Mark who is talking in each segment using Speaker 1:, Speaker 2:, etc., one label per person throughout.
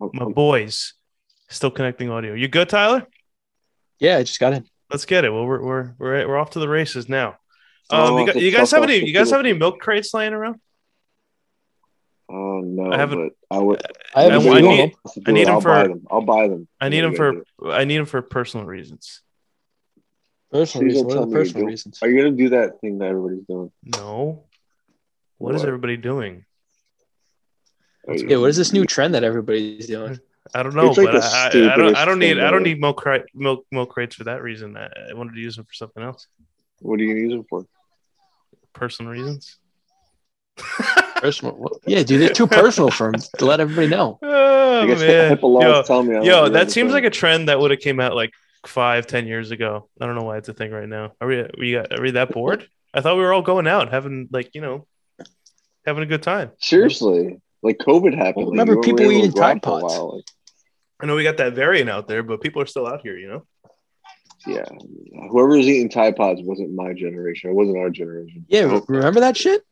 Speaker 1: my boys. Still connecting audio. You good, Tyler?
Speaker 2: Yeah, I just got in.
Speaker 1: Let's get it. Well, we're we're we're, we're off to the races now. Um, you, gu- you guys have any? You guys have any milk crates laying around?
Speaker 3: Oh no!
Speaker 1: I
Speaker 3: I
Speaker 1: haven't-
Speaker 3: haven't. But I would.
Speaker 2: I
Speaker 1: haven't
Speaker 2: haven't.
Speaker 3: If
Speaker 1: I seen
Speaker 3: you
Speaker 1: need-
Speaker 3: want us to do
Speaker 1: I need
Speaker 3: it,
Speaker 1: 'em
Speaker 3: I'll
Speaker 1: for-
Speaker 3: Buy them. I'll buy them.
Speaker 1: I need
Speaker 3: What
Speaker 1: them
Speaker 3: are you gonna
Speaker 1: for I need them for personal reasons.
Speaker 2: personal
Speaker 3: Please don't
Speaker 2: reasons. What are
Speaker 3: tell
Speaker 2: the
Speaker 3: me you
Speaker 2: personal
Speaker 3: do.
Speaker 2: reasons?
Speaker 3: do? Are you gonna do that thing that everybody's doing?
Speaker 1: No. what is
Speaker 3: What?
Speaker 1: everybody doing?
Speaker 3: Are you-
Speaker 2: Yeah, what is this new trend that everybody's doing?
Speaker 1: I don't know,
Speaker 3: It's like
Speaker 1: but
Speaker 3: the
Speaker 1: I, I, I don't. I don't
Speaker 3: stupidest
Speaker 1: need.
Speaker 3: thing
Speaker 1: I don't
Speaker 3: ever.
Speaker 1: need milk crate milk milk crates for that reason. I, I wanted to use them for something else.
Speaker 3: What are you gonna use them for?
Speaker 1: Personal reasons.
Speaker 2: Personal. what- Yeah, dude, they're too personal for him to let everybody know.
Speaker 1: oh
Speaker 3: I guess
Speaker 1: man,
Speaker 3: HIPAA laws
Speaker 1: yo,
Speaker 3: tell me. I don't
Speaker 1: yo,
Speaker 3: do
Speaker 1: that seems
Speaker 3: anything.
Speaker 1: like a trend that would have came out like five, ten years ago. I don't know why it's a thing right now. Are we? We got? Are we that bored? I thought we were all going out, having like you know, having a good time.
Speaker 3: Seriously, like COVID happened. like,
Speaker 2: Remember,
Speaker 3: you weren't
Speaker 2: people
Speaker 3: really
Speaker 2: eating
Speaker 3: able to go out
Speaker 2: Tide
Speaker 3: for a
Speaker 2: Pods.
Speaker 3: while, like,
Speaker 1: I know we got that variant out there, but people are still out here. You know.
Speaker 3: yeah, whoever was eating Tide Pods wasn't my generation. It wasn't our generation.
Speaker 2: Yeah, remember that shit?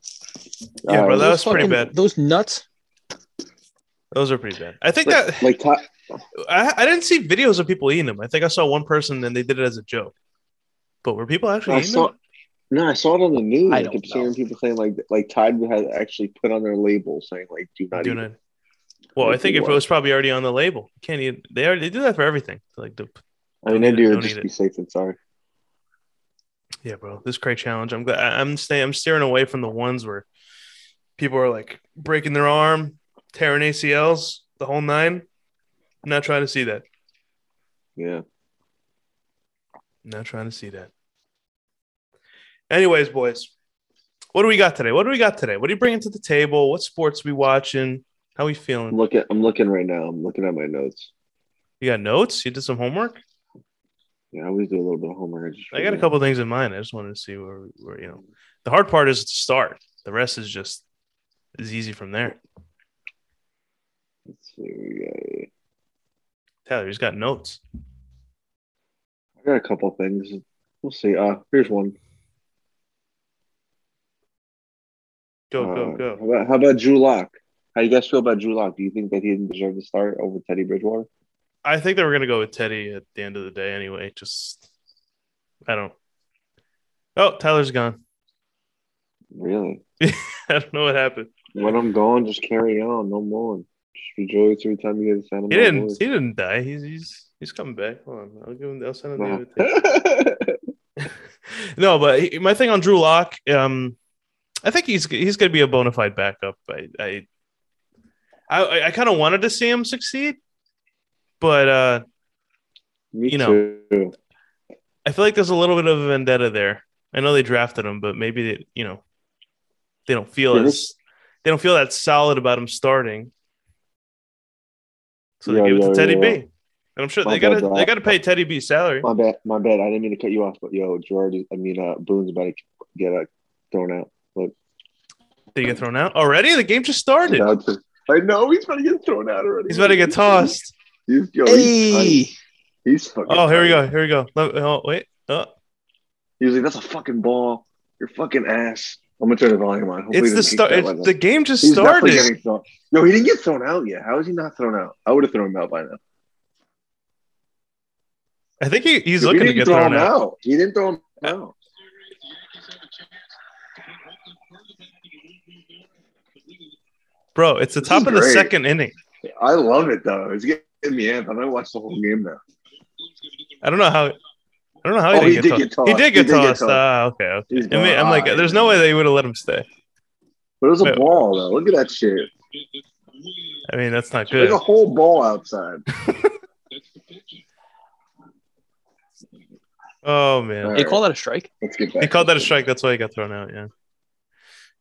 Speaker 1: Yeah,
Speaker 3: Oh. Uh,
Speaker 1: bro, that
Speaker 2: Those
Speaker 1: was pretty
Speaker 2: fucking-
Speaker 1: bad.
Speaker 2: Those nuts.
Speaker 1: Those are pretty bad. I think that
Speaker 3: like, like Ti-
Speaker 1: I, I didn't see videos of people eating them. I think I saw one person and they did it as a joke. But were people actually
Speaker 3: I
Speaker 1: eating
Speaker 3: saw.
Speaker 1: them?
Speaker 3: No, I saw it on the news.
Speaker 2: I
Speaker 3: I,
Speaker 2: don't
Speaker 3: kept
Speaker 2: know.
Speaker 3: seeing people saying like like Tide had actually put on their label saying like do not
Speaker 1: Do
Speaker 3: eat.
Speaker 1: not- Well, I
Speaker 3: Like,
Speaker 1: think if it
Speaker 3: what?
Speaker 1: was probably already on the label, you can't eat. They already they do that for everything. Like the
Speaker 3: I mean,
Speaker 1: Don't
Speaker 3: that
Speaker 1: eat it,
Speaker 3: dude
Speaker 1: don't
Speaker 3: would
Speaker 1: eat
Speaker 3: just
Speaker 1: it.
Speaker 3: be safe and sorry.
Speaker 1: yeah, bro, this crate challenge. I'm glad I- I'm staying. I'm steering away from the ones where people are like breaking their arm, tearing ACLs, the whole nine. I'm not trying to see that.
Speaker 3: Yeah.
Speaker 1: Not trying to see that. Anyways, boys, what do we got today? What do we got today? What are you bringing to the table? What sports we watching? How we feeling?
Speaker 3: I'm looking. I'm looking right now. I'm looking at my notes.
Speaker 1: You got notes? You did some homework?
Speaker 3: Yeah, I always do a little bit of homework. just
Speaker 1: I got a
Speaker 3: forget.
Speaker 1: couple things in mind. I just wanted to see where, where you know. The hard part is to start. The rest is just is easy from there.
Speaker 3: Let's see. we got-
Speaker 1: Tyler, he's got notes.
Speaker 3: I got a couple things. We'll see. Uh, here's one.
Speaker 1: Go,
Speaker 3: Uh,
Speaker 1: go,
Speaker 3: How
Speaker 1: go.
Speaker 3: about, how about Drew Lock? How you guys feel about Drew Lock? Do you think that he didn't deserve to start over Teddy Bridgewater?
Speaker 1: I think they were gonna go with Teddy at the end of the day anyway. Just I don't. Oh, Tyler's gone.
Speaker 3: Really?
Speaker 1: I don't know what happened.
Speaker 3: When I'm gone, just carry on. No more. Just rejoice every time you get a sound of
Speaker 1: He
Speaker 3: my
Speaker 1: didn't.
Speaker 3: voice.
Speaker 1: He didn't die. He's he's he's coming back. Hold on. I'll give him. I'll send him the
Speaker 3: No.
Speaker 1: invitation. no, but he, my thing on Drew Lock. Um, I think he's he's going to be a bona fide backup. I I I, I kind of wanted to see him succeed, but uh,
Speaker 3: Me
Speaker 1: You know.
Speaker 3: too.
Speaker 1: I feel like there's a little bit of a vendetta there. I know they drafted him, but maybe they, you know they don't feel
Speaker 3: Yeah,
Speaker 1: as they don't feel that solid about him starting. So they
Speaker 3: Yeah,
Speaker 1: give it to
Speaker 3: yeah,
Speaker 1: Teddy
Speaker 3: yeah.
Speaker 1: B. And I'm sure
Speaker 3: My
Speaker 1: they got
Speaker 3: bad,
Speaker 1: to
Speaker 3: bro.
Speaker 1: they got to pay Teddy B salary.
Speaker 3: My bad. My bad. I didn't mean to cut you off, but yo, Gerard, I mean, uh, Boone's about to get uh, thrown out.
Speaker 1: Did he get thrown out already? The game just started.
Speaker 3: I know he's about to get thrown out already.
Speaker 1: He's about to get tossed.
Speaker 3: He's, yo, he's, tight.
Speaker 2: Hey,
Speaker 3: He's fucking.
Speaker 1: Oh, here we
Speaker 3: tight.
Speaker 1: go. Here we go. Let- Oh, wait. Oh,
Speaker 3: He was like, "That's a fucking ball. Your fucking ass." I'm gonna turn the volume on. Hopefully
Speaker 1: it's
Speaker 3: he
Speaker 1: the
Speaker 3: doesn't
Speaker 1: start.
Speaker 3: kick that
Speaker 1: It's,
Speaker 3: one.
Speaker 1: the game just
Speaker 3: He's definitely
Speaker 1: started.
Speaker 3: getting thrown. No, he didn't get thrown out yet. How is he not thrown out? I would have thrown him out by now.
Speaker 1: I think he, he's
Speaker 3: He
Speaker 1: looking to
Speaker 3: didn't
Speaker 1: get
Speaker 3: throw
Speaker 1: thrown
Speaker 3: him
Speaker 1: out.
Speaker 3: He didn't throw him out.
Speaker 1: Bro, it's the
Speaker 3: This
Speaker 1: top
Speaker 3: is
Speaker 1: of the
Speaker 3: great.
Speaker 1: second inning.
Speaker 3: I love it though. It's getting me amped. I might watch the whole game now.
Speaker 1: I don't know how. I don't know how
Speaker 3: Oh,
Speaker 1: he,
Speaker 3: he
Speaker 1: didn't
Speaker 3: did
Speaker 1: get
Speaker 3: get
Speaker 1: tossed. He
Speaker 3: tossed.
Speaker 1: did get
Speaker 3: He did get
Speaker 1: tossed.
Speaker 3: tossed.
Speaker 1: Ah, okay. okay.
Speaker 3: He's
Speaker 1: I mean, I'm like,
Speaker 3: gone.
Speaker 1: there's no way they would have let him stay.
Speaker 3: But it was a
Speaker 1: Wait.
Speaker 3: ball though. Look at that shit.
Speaker 1: I mean, that's not
Speaker 3: There's
Speaker 1: good.
Speaker 3: a whole ball outside.
Speaker 1: Oh man,
Speaker 3: Alright,
Speaker 2: they call that a strike?
Speaker 3: Let's get back.
Speaker 1: he called that a
Speaker 3: to-
Speaker 1: strike. That's why he got thrown out. Yeah,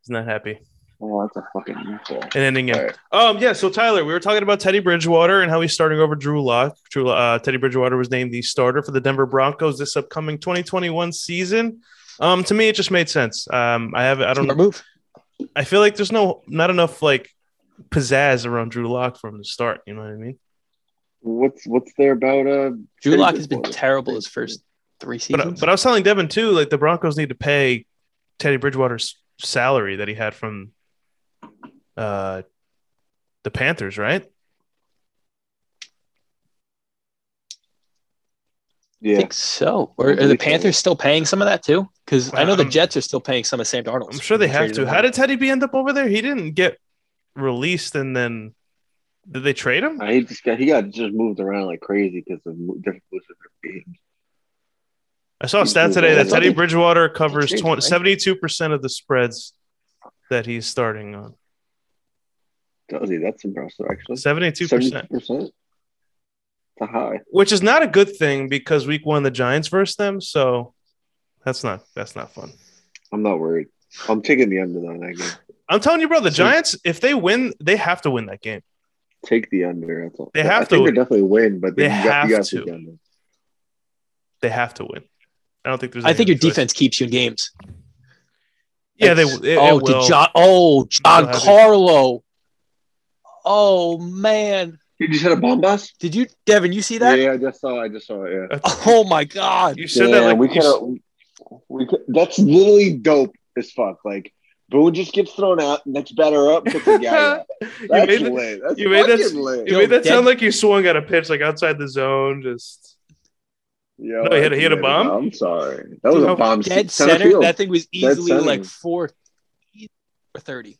Speaker 1: he's not happy.
Speaker 3: Oh, that's a fucking meatball.
Speaker 1: An inning. in.
Speaker 3: Alright.
Speaker 1: Um, yeah. So Tyler, we were talking about Teddy Bridgewater and how he's starting over Drew Lock. Drew Lock- uh, Teddy Bridgewater was named the starter for the Denver Broncos this upcoming 2021 season. Um, to me, it just made sense. Um, I have I don't
Speaker 2: Smart
Speaker 1: know.
Speaker 2: move.
Speaker 1: I feel like there's no not enough like pizzazz around Drew Lock from the start. You know what I mean?
Speaker 3: What's what's there about uh
Speaker 2: Drew
Speaker 3: Teddy
Speaker 2: Lock has been
Speaker 3: Bridgewater.
Speaker 2: terrible his first three
Speaker 1: But uh,
Speaker 2: seasons.
Speaker 1: but I was telling Devin too, like the Broncos need to pay Teddy Bridgewater's salary that he had from uh the Panthers, right?
Speaker 2: I
Speaker 3: Yeah,
Speaker 2: think so. Or are
Speaker 3: believe
Speaker 2: the
Speaker 3: so.
Speaker 2: Panthers still paying some of that too? Because I know the
Speaker 1: Um,
Speaker 2: Jets are still paying some of Sam Darnold.
Speaker 1: I'm sure they have to. How did Teddy B end up over there? He didn't get released, and then did they trade him?
Speaker 3: I hate this guy. He got just moved around like crazy because of mo- different moves of different teams.
Speaker 1: I saw a stat today that Teddy Bridgewater covers
Speaker 2: Trade,
Speaker 1: 20,
Speaker 2: right?
Speaker 1: 72% of the spreads that he's starting on.
Speaker 3: Does he? That's impressive, actually.
Speaker 1: 72%,
Speaker 3: percent. It's a high.
Speaker 1: which is not a good thing because week one, the Giants versus them. So that's not that's not fun.
Speaker 3: I'm not worried. I'm taking the under on that game.
Speaker 1: I'm telling you, bro, the
Speaker 3: So-
Speaker 1: Giants, if they win, they have to win that game.
Speaker 3: Take the under. That's all.
Speaker 1: They
Speaker 3: I
Speaker 1: have
Speaker 3: think
Speaker 1: to.
Speaker 3: they definitely win, but
Speaker 1: They
Speaker 3: they you got, you
Speaker 1: have
Speaker 3: got to. take
Speaker 1: to.
Speaker 3: the under.
Speaker 1: They have to win. I don't think there's.
Speaker 2: I
Speaker 1: any
Speaker 2: think your
Speaker 1: other choice.
Speaker 2: defense keeps you in games.
Speaker 1: Yeah, they.
Speaker 2: That's-
Speaker 1: It, oh,
Speaker 2: oh,
Speaker 1: it
Speaker 2: did
Speaker 1: will.
Speaker 2: John, oh, John
Speaker 1: have it.
Speaker 2: Carlo. Oh man,
Speaker 3: You just had a bomb bust?
Speaker 2: did you, Devin? You see that?
Speaker 3: Yeah, I just saw. I just saw it. Yeah.
Speaker 2: Oh my God!
Speaker 1: Uh, You said that like
Speaker 3: we
Speaker 1: you
Speaker 3: could
Speaker 1: s-
Speaker 3: have. We could, that's literally dope as fuck. Like Boone just gets thrown out. Next batter up. Puts a guy out.
Speaker 1: you
Speaker 3: That's
Speaker 1: made that,
Speaker 3: lit. That's
Speaker 1: you made that-
Speaker 3: fucking lit.
Speaker 1: you
Speaker 2: Yo,
Speaker 1: made that
Speaker 2: dead-
Speaker 1: sound like you swung at a pitch like outside the zone. Just
Speaker 3: Yo,
Speaker 1: No, he had a- he had a
Speaker 3: that's lit.
Speaker 1: bomb?
Speaker 3: I'm sorry. That was
Speaker 1: No,
Speaker 3: a bomb.
Speaker 2: Dead
Speaker 3: Center
Speaker 2: center.
Speaker 3: field.
Speaker 2: That thing was easily
Speaker 3: center.
Speaker 2: like four or thirty,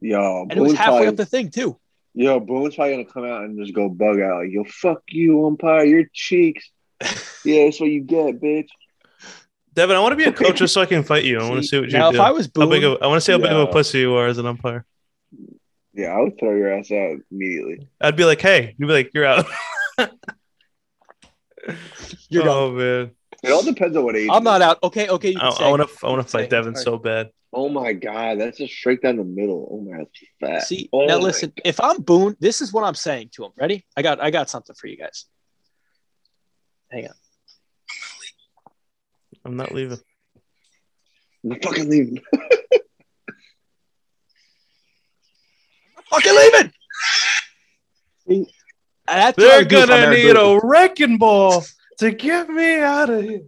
Speaker 3: Yo,
Speaker 2: and it was
Speaker 3: Boone's
Speaker 2: halfway
Speaker 3: probably-
Speaker 2: up the thing too.
Speaker 3: Yo, Boone's probably gonna come out and just go bug out. Like, yo, fuck you, umpire, your cheeks. yeah, that's what you get, bitch.
Speaker 1: Devin, I want to be a coach just so I can fight you. I want to see what you
Speaker 2: now,
Speaker 1: do.
Speaker 2: if I was
Speaker 1: how big
Speaker 2: Boone,
Speaker 1: of, I want to see how big of a
Speaker 3: Yeah.
Speaker 1: pussy you are as an umpire.
Speaker 3: Yeah, I would throw your ass out immediately.
Speaker 1: I'd be like, hey, you'd be like, you're out.
Speaker 2: you're done.
Speaker 1: oh man,
Speaker 3: It all depends on what age.
Speaker 2: I'm not out. Okay, okay. You
Speaker 1: I
Speaker 2: can stay.
Speaker 1: want to I want to
Speaker 2: Say,
Speaker 1: fight Devin
Speaker 2: sorry.
Speaker 1: so bad.
Speaker 3: Oh my god, that's just straight down the middle. Oh my, that's fat.
Speaker 2: See
Speaker 3: oh
Speaker 2: now,
Speaker 3: my
Speaker 2: listen. If I'm Boone, this is what I'm saying to him. Ready? I got, I got something for you guys.
Speaker 1: I'm not leaving.
Speaker 3: I'm not fucking leaving.
Speaker 2: Fucking leaving. See, That's what I
Speaker 1: They're
Speaker 2: would do if I'm
Speaker 1: gonna
Speaker 2: Aaron
Speaker 1: need
Speaker 2: Boone.
Speaker 1: a wrecking ball to get me out of here.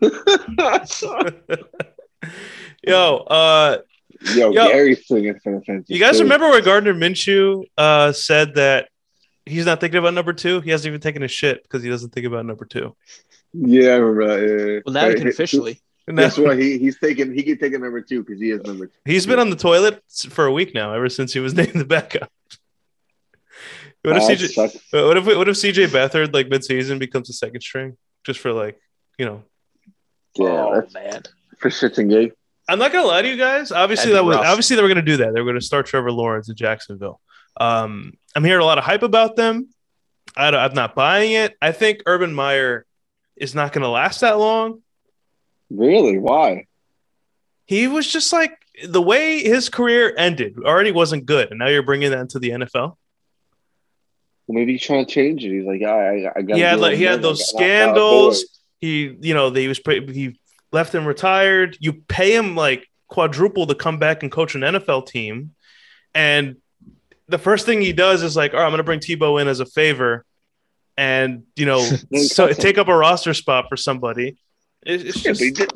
Speaker 1: Yo, uh,
Speaker 3: Yo,
Speaker 1: Yo.
Speaker 3: Gary's swinging for the fences.
Speaker 1: you guys
Speaker 3: too.
Speaker 1: remember where Gardner Minshew uh, said that he's not thinking about number two? He hasn't even taken a shit because he doesn't think about number two.
Speaker 3: Yeah, I remember. that, yeah, yeah.
Speaker 2: Well, now you
Speaker 3: Hey,
Speaker 2: can officially.
Speaker 1: And
Speaker 3: That's
Speaker 1: that's
Speaker 3: what he, he's taking. He can take a number two because he is number two.
Speaker 1: he's been on the toilet s- for a week now, ever since he was named the backup. What if
Speaker 3: Nah, that
Speaker 1: CJ?
Speaker 3: sucks.
Speaker 1: What if what if CJ Beathard like midseason becomes a second string just for like you know?
Speaker 3: Yeah,
Speaker 2: oh
Speaker 3: that's
Speaker 2: man.
Speaker 3: for shits and gigs.
Speaker 1: I'm not gonna lie to you guys. Obviously that
Speaker 2: That'd be
Speaker 1: was
Speaker 2: rough.
Speaker 1: obviously they were gonna do that. They were gonna start Trevor Lawrence in Jacksonville. Um, I'm hearing a lot of hype about them. I don't, I'm not buying it. I think Urban Meyer is not gonna last that long.
Speaker 3: Really? Why?
Speaker 1: he was just like the way his career ended already wasn't good, and now you're bringing that into the NFL.
Speaker 3: Well, maybe he's trying to change it. He's like, I, I, I got.
Speaker 1: He had, like, he had those scandals. He, you know, they was pre- he left him retired. You pay him like quadruple to come back and coach an NFL team, and the first thing he does is like, "All right, I'm going to bring Tebow in as a favor, and you know, so
Speaker 3: cuts him.
Speaker 1: take up a roster spot for somebody." It- it's
Speaker 3: Yeah,
Speaker 1: just.
Speaker 3: but he, did,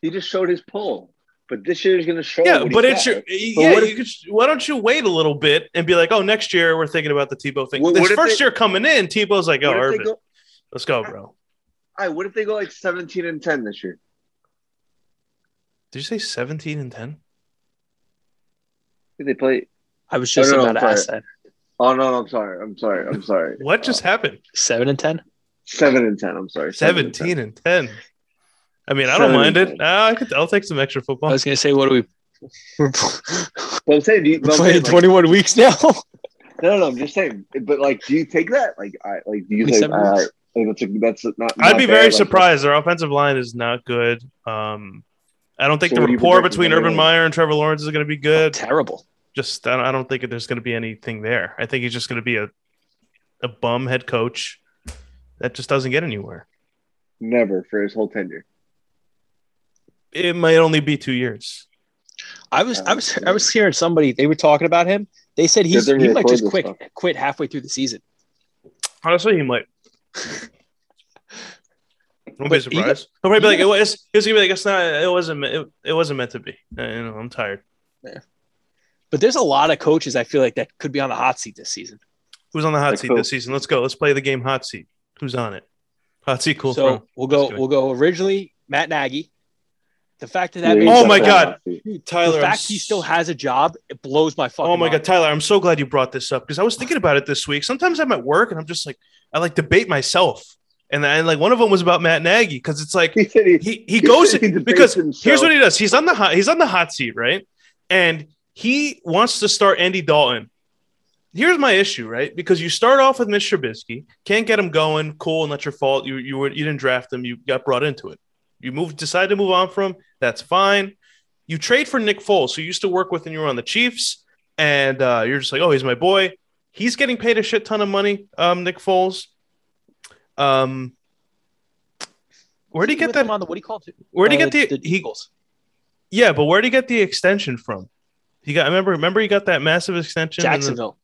Speaker 3: he just showed his pull. But this year is going to show.
Speaker 1: Yeah,
Speaker 3: what he
Speaker 1: but it's
Speaker 3: got.
Speaker 1: your yeah.
Speaker 3: what if-
Speaker 1: you could, why don't you wait a little bit and be like, oh, next year we're thinking about the Tebow thing.
Speaker 3: What-
Speaker 1: this
Speaker 3: what if
Speaker 1: first
Speaker 3: they-
Speaker 1: year coming in, Tebow's like, oh,
Speaker 3: What if they
Speaker 1: Urban,
Speaker 3: go?
Speaker 1: let's go, bro.
Speaker 3: All right, what if they go like seventeen and ten this year?
Speaker 1: Did you say seventeen and ten?
Speaker 3: Did they play?
Speaker 2: I was just
Speaker 3: No, no, no,
Speaker 2: about
Speaker 3: sorry.
Speaker 2: to ask that.
Speaker 3: Oh no, I'm sorry. I'm sorry. I'm sorry. Uh,
Speaker 1: What just happened?
Speaker 2: Seven and ten.
Speaker 3: Seven and ten. I'm sorry. Seven and
Speaker 1: Seventeen and ten. I mean, I don't mind it.
Speaker 3: 17.
Speaker 1: Ah, I could, I'll take some extra
Speaker 2: I
Speaker 1: football.
Speaker 2: was gonna say, what do we? We're
Speaker 3: But I'm saying, do you, but I'm
Speaker 2: playing
Speaker 3: saying, like,
Speaker 2: 21 weeks now.
Speaker 3: no, no, I'm just saying. But like, do you take that? Like, I like, do you
Speaker 2: Like
Speaker 3: say, all
Speaker 2: seven
Speaker 3: right, like, that's, that's not?
Speaker 1: I'd
Speaker 3: not
Speaker 1: be
Speaker 3: bad,
Speaker 1: very
Speaker 3: like,
Speaker 1: surprised. Their offensive line is not good. Um, I don't think
Speaker 3: So
Speaker 1: the
Speaker 3: what do you
Speaker 1: rapport
Speaker 3: project
Speaker 1: between
Speaker 3: them to
Speaker 1: Urban
Speaker 3: win?
Speaker 1: Meyer and Trevor Lawrence is going to be good.
Speaker 2: Terrible.
Speaker 1: just I don't, I don't think there's going to be anything there. I think he's just going to be a a bum head coach that just doesn't get anywhere.
Speaker 3: Never for his whole tenure.
Speaker 1: It might only be two years.
Speaker 2: I was, I was, I was hearing somebody. They were talking about him. They said he's,
Speaker 3: Uh, they're
Speaker 2: he
Speaker 3: gonna
Speaker 2: might
Speaker 3: record
Speaker 2: just
Speaker 3: this
Speaker 2: quit,
Speaker 3: stuff.
Speaker 2: quit halfway through the season.
Speaker 1: Honestly, he might. Won't be
Speaker 2: But you
Speaker 1: surprised. He'll probably be
Speaker 2: you
Speaker 1: like, it was, he was gonna be like, it's not, it wasn't, me- it, it wasn't meant to be. Uh, you know, I'm tired.
Speaker 2: But there's a lot of coaches I feel like that could be on the hot seat this season.
Speaker 1: Who's on the hot
Speaker 3: Like
Speaker 1: seat
Speaker 3: who?
Speaker 1: this season? Let's go. Let's play the game hot seat. Who's on it? That's cool.
Speaker 2: so
Speaker 1: from.
Speaker 2: we'll
Speaker 1: That's
Speaker 2: go.
Speaker 1: good.
Speaker 2: We'll go originally Matt Nagy. The fact that that
Speaker 3: Yeah,
Speaker 2: man-
Speaker 3: he's
Speaker 1: Oh my
Speaker 3: definitely
Speaker 1: God.
Speaker 3: not.
Speaker 2: the
Speaker 1: Tyler, I'm
Speaker 2: fact he still has a job, it blows my fucking.
Speaker 1: Oh my
Speaker 2: mind.
Speaker 1: god, Tyler, I'm so glad you brought this up because I was thinking about it this week. Sometimes I'm at work and I'm just like, I like debate myself, and then like one of them was about Matt Nagy because it's like
Speaker 3: He said he,
Speaker 1: he he goes
Speaker 3: he debates
Speaker 1: because
Speaker 3: himself.
Speaker 1: here's what he does. He's on the hot he's on the hot seat, right? And he wants to start Andy Dalton. Here's my issue, right? Because you start off with Mitch Trubisky, can't get him going, cool, and that's your fault. You you were you didn't draft him, you got brought into it. You moved decided to move on from him, that's fine. You trade for Nick Foles, who you used to work with and you were on the Chiefs, and uh, you're just like, oh, he's my boy. He's getting paid a shit ton of money, um, Nick Foles. Um, where'd he
Speaker 2: He
Speaker 1: get
Speaker 2: with
Speaker 1: that?
Speaker 2: him on the what do you call it?
Speaker 1: Where'd he
Speaker 2: Uh,
Speaker 1: get the, he?
Speaker 2: Eagles.
Speaker 1: Yeah, but where'd he get the extension from? He got. I remember. Remember, he got that massive extension. and then-
Speaker 2: Jacksonville.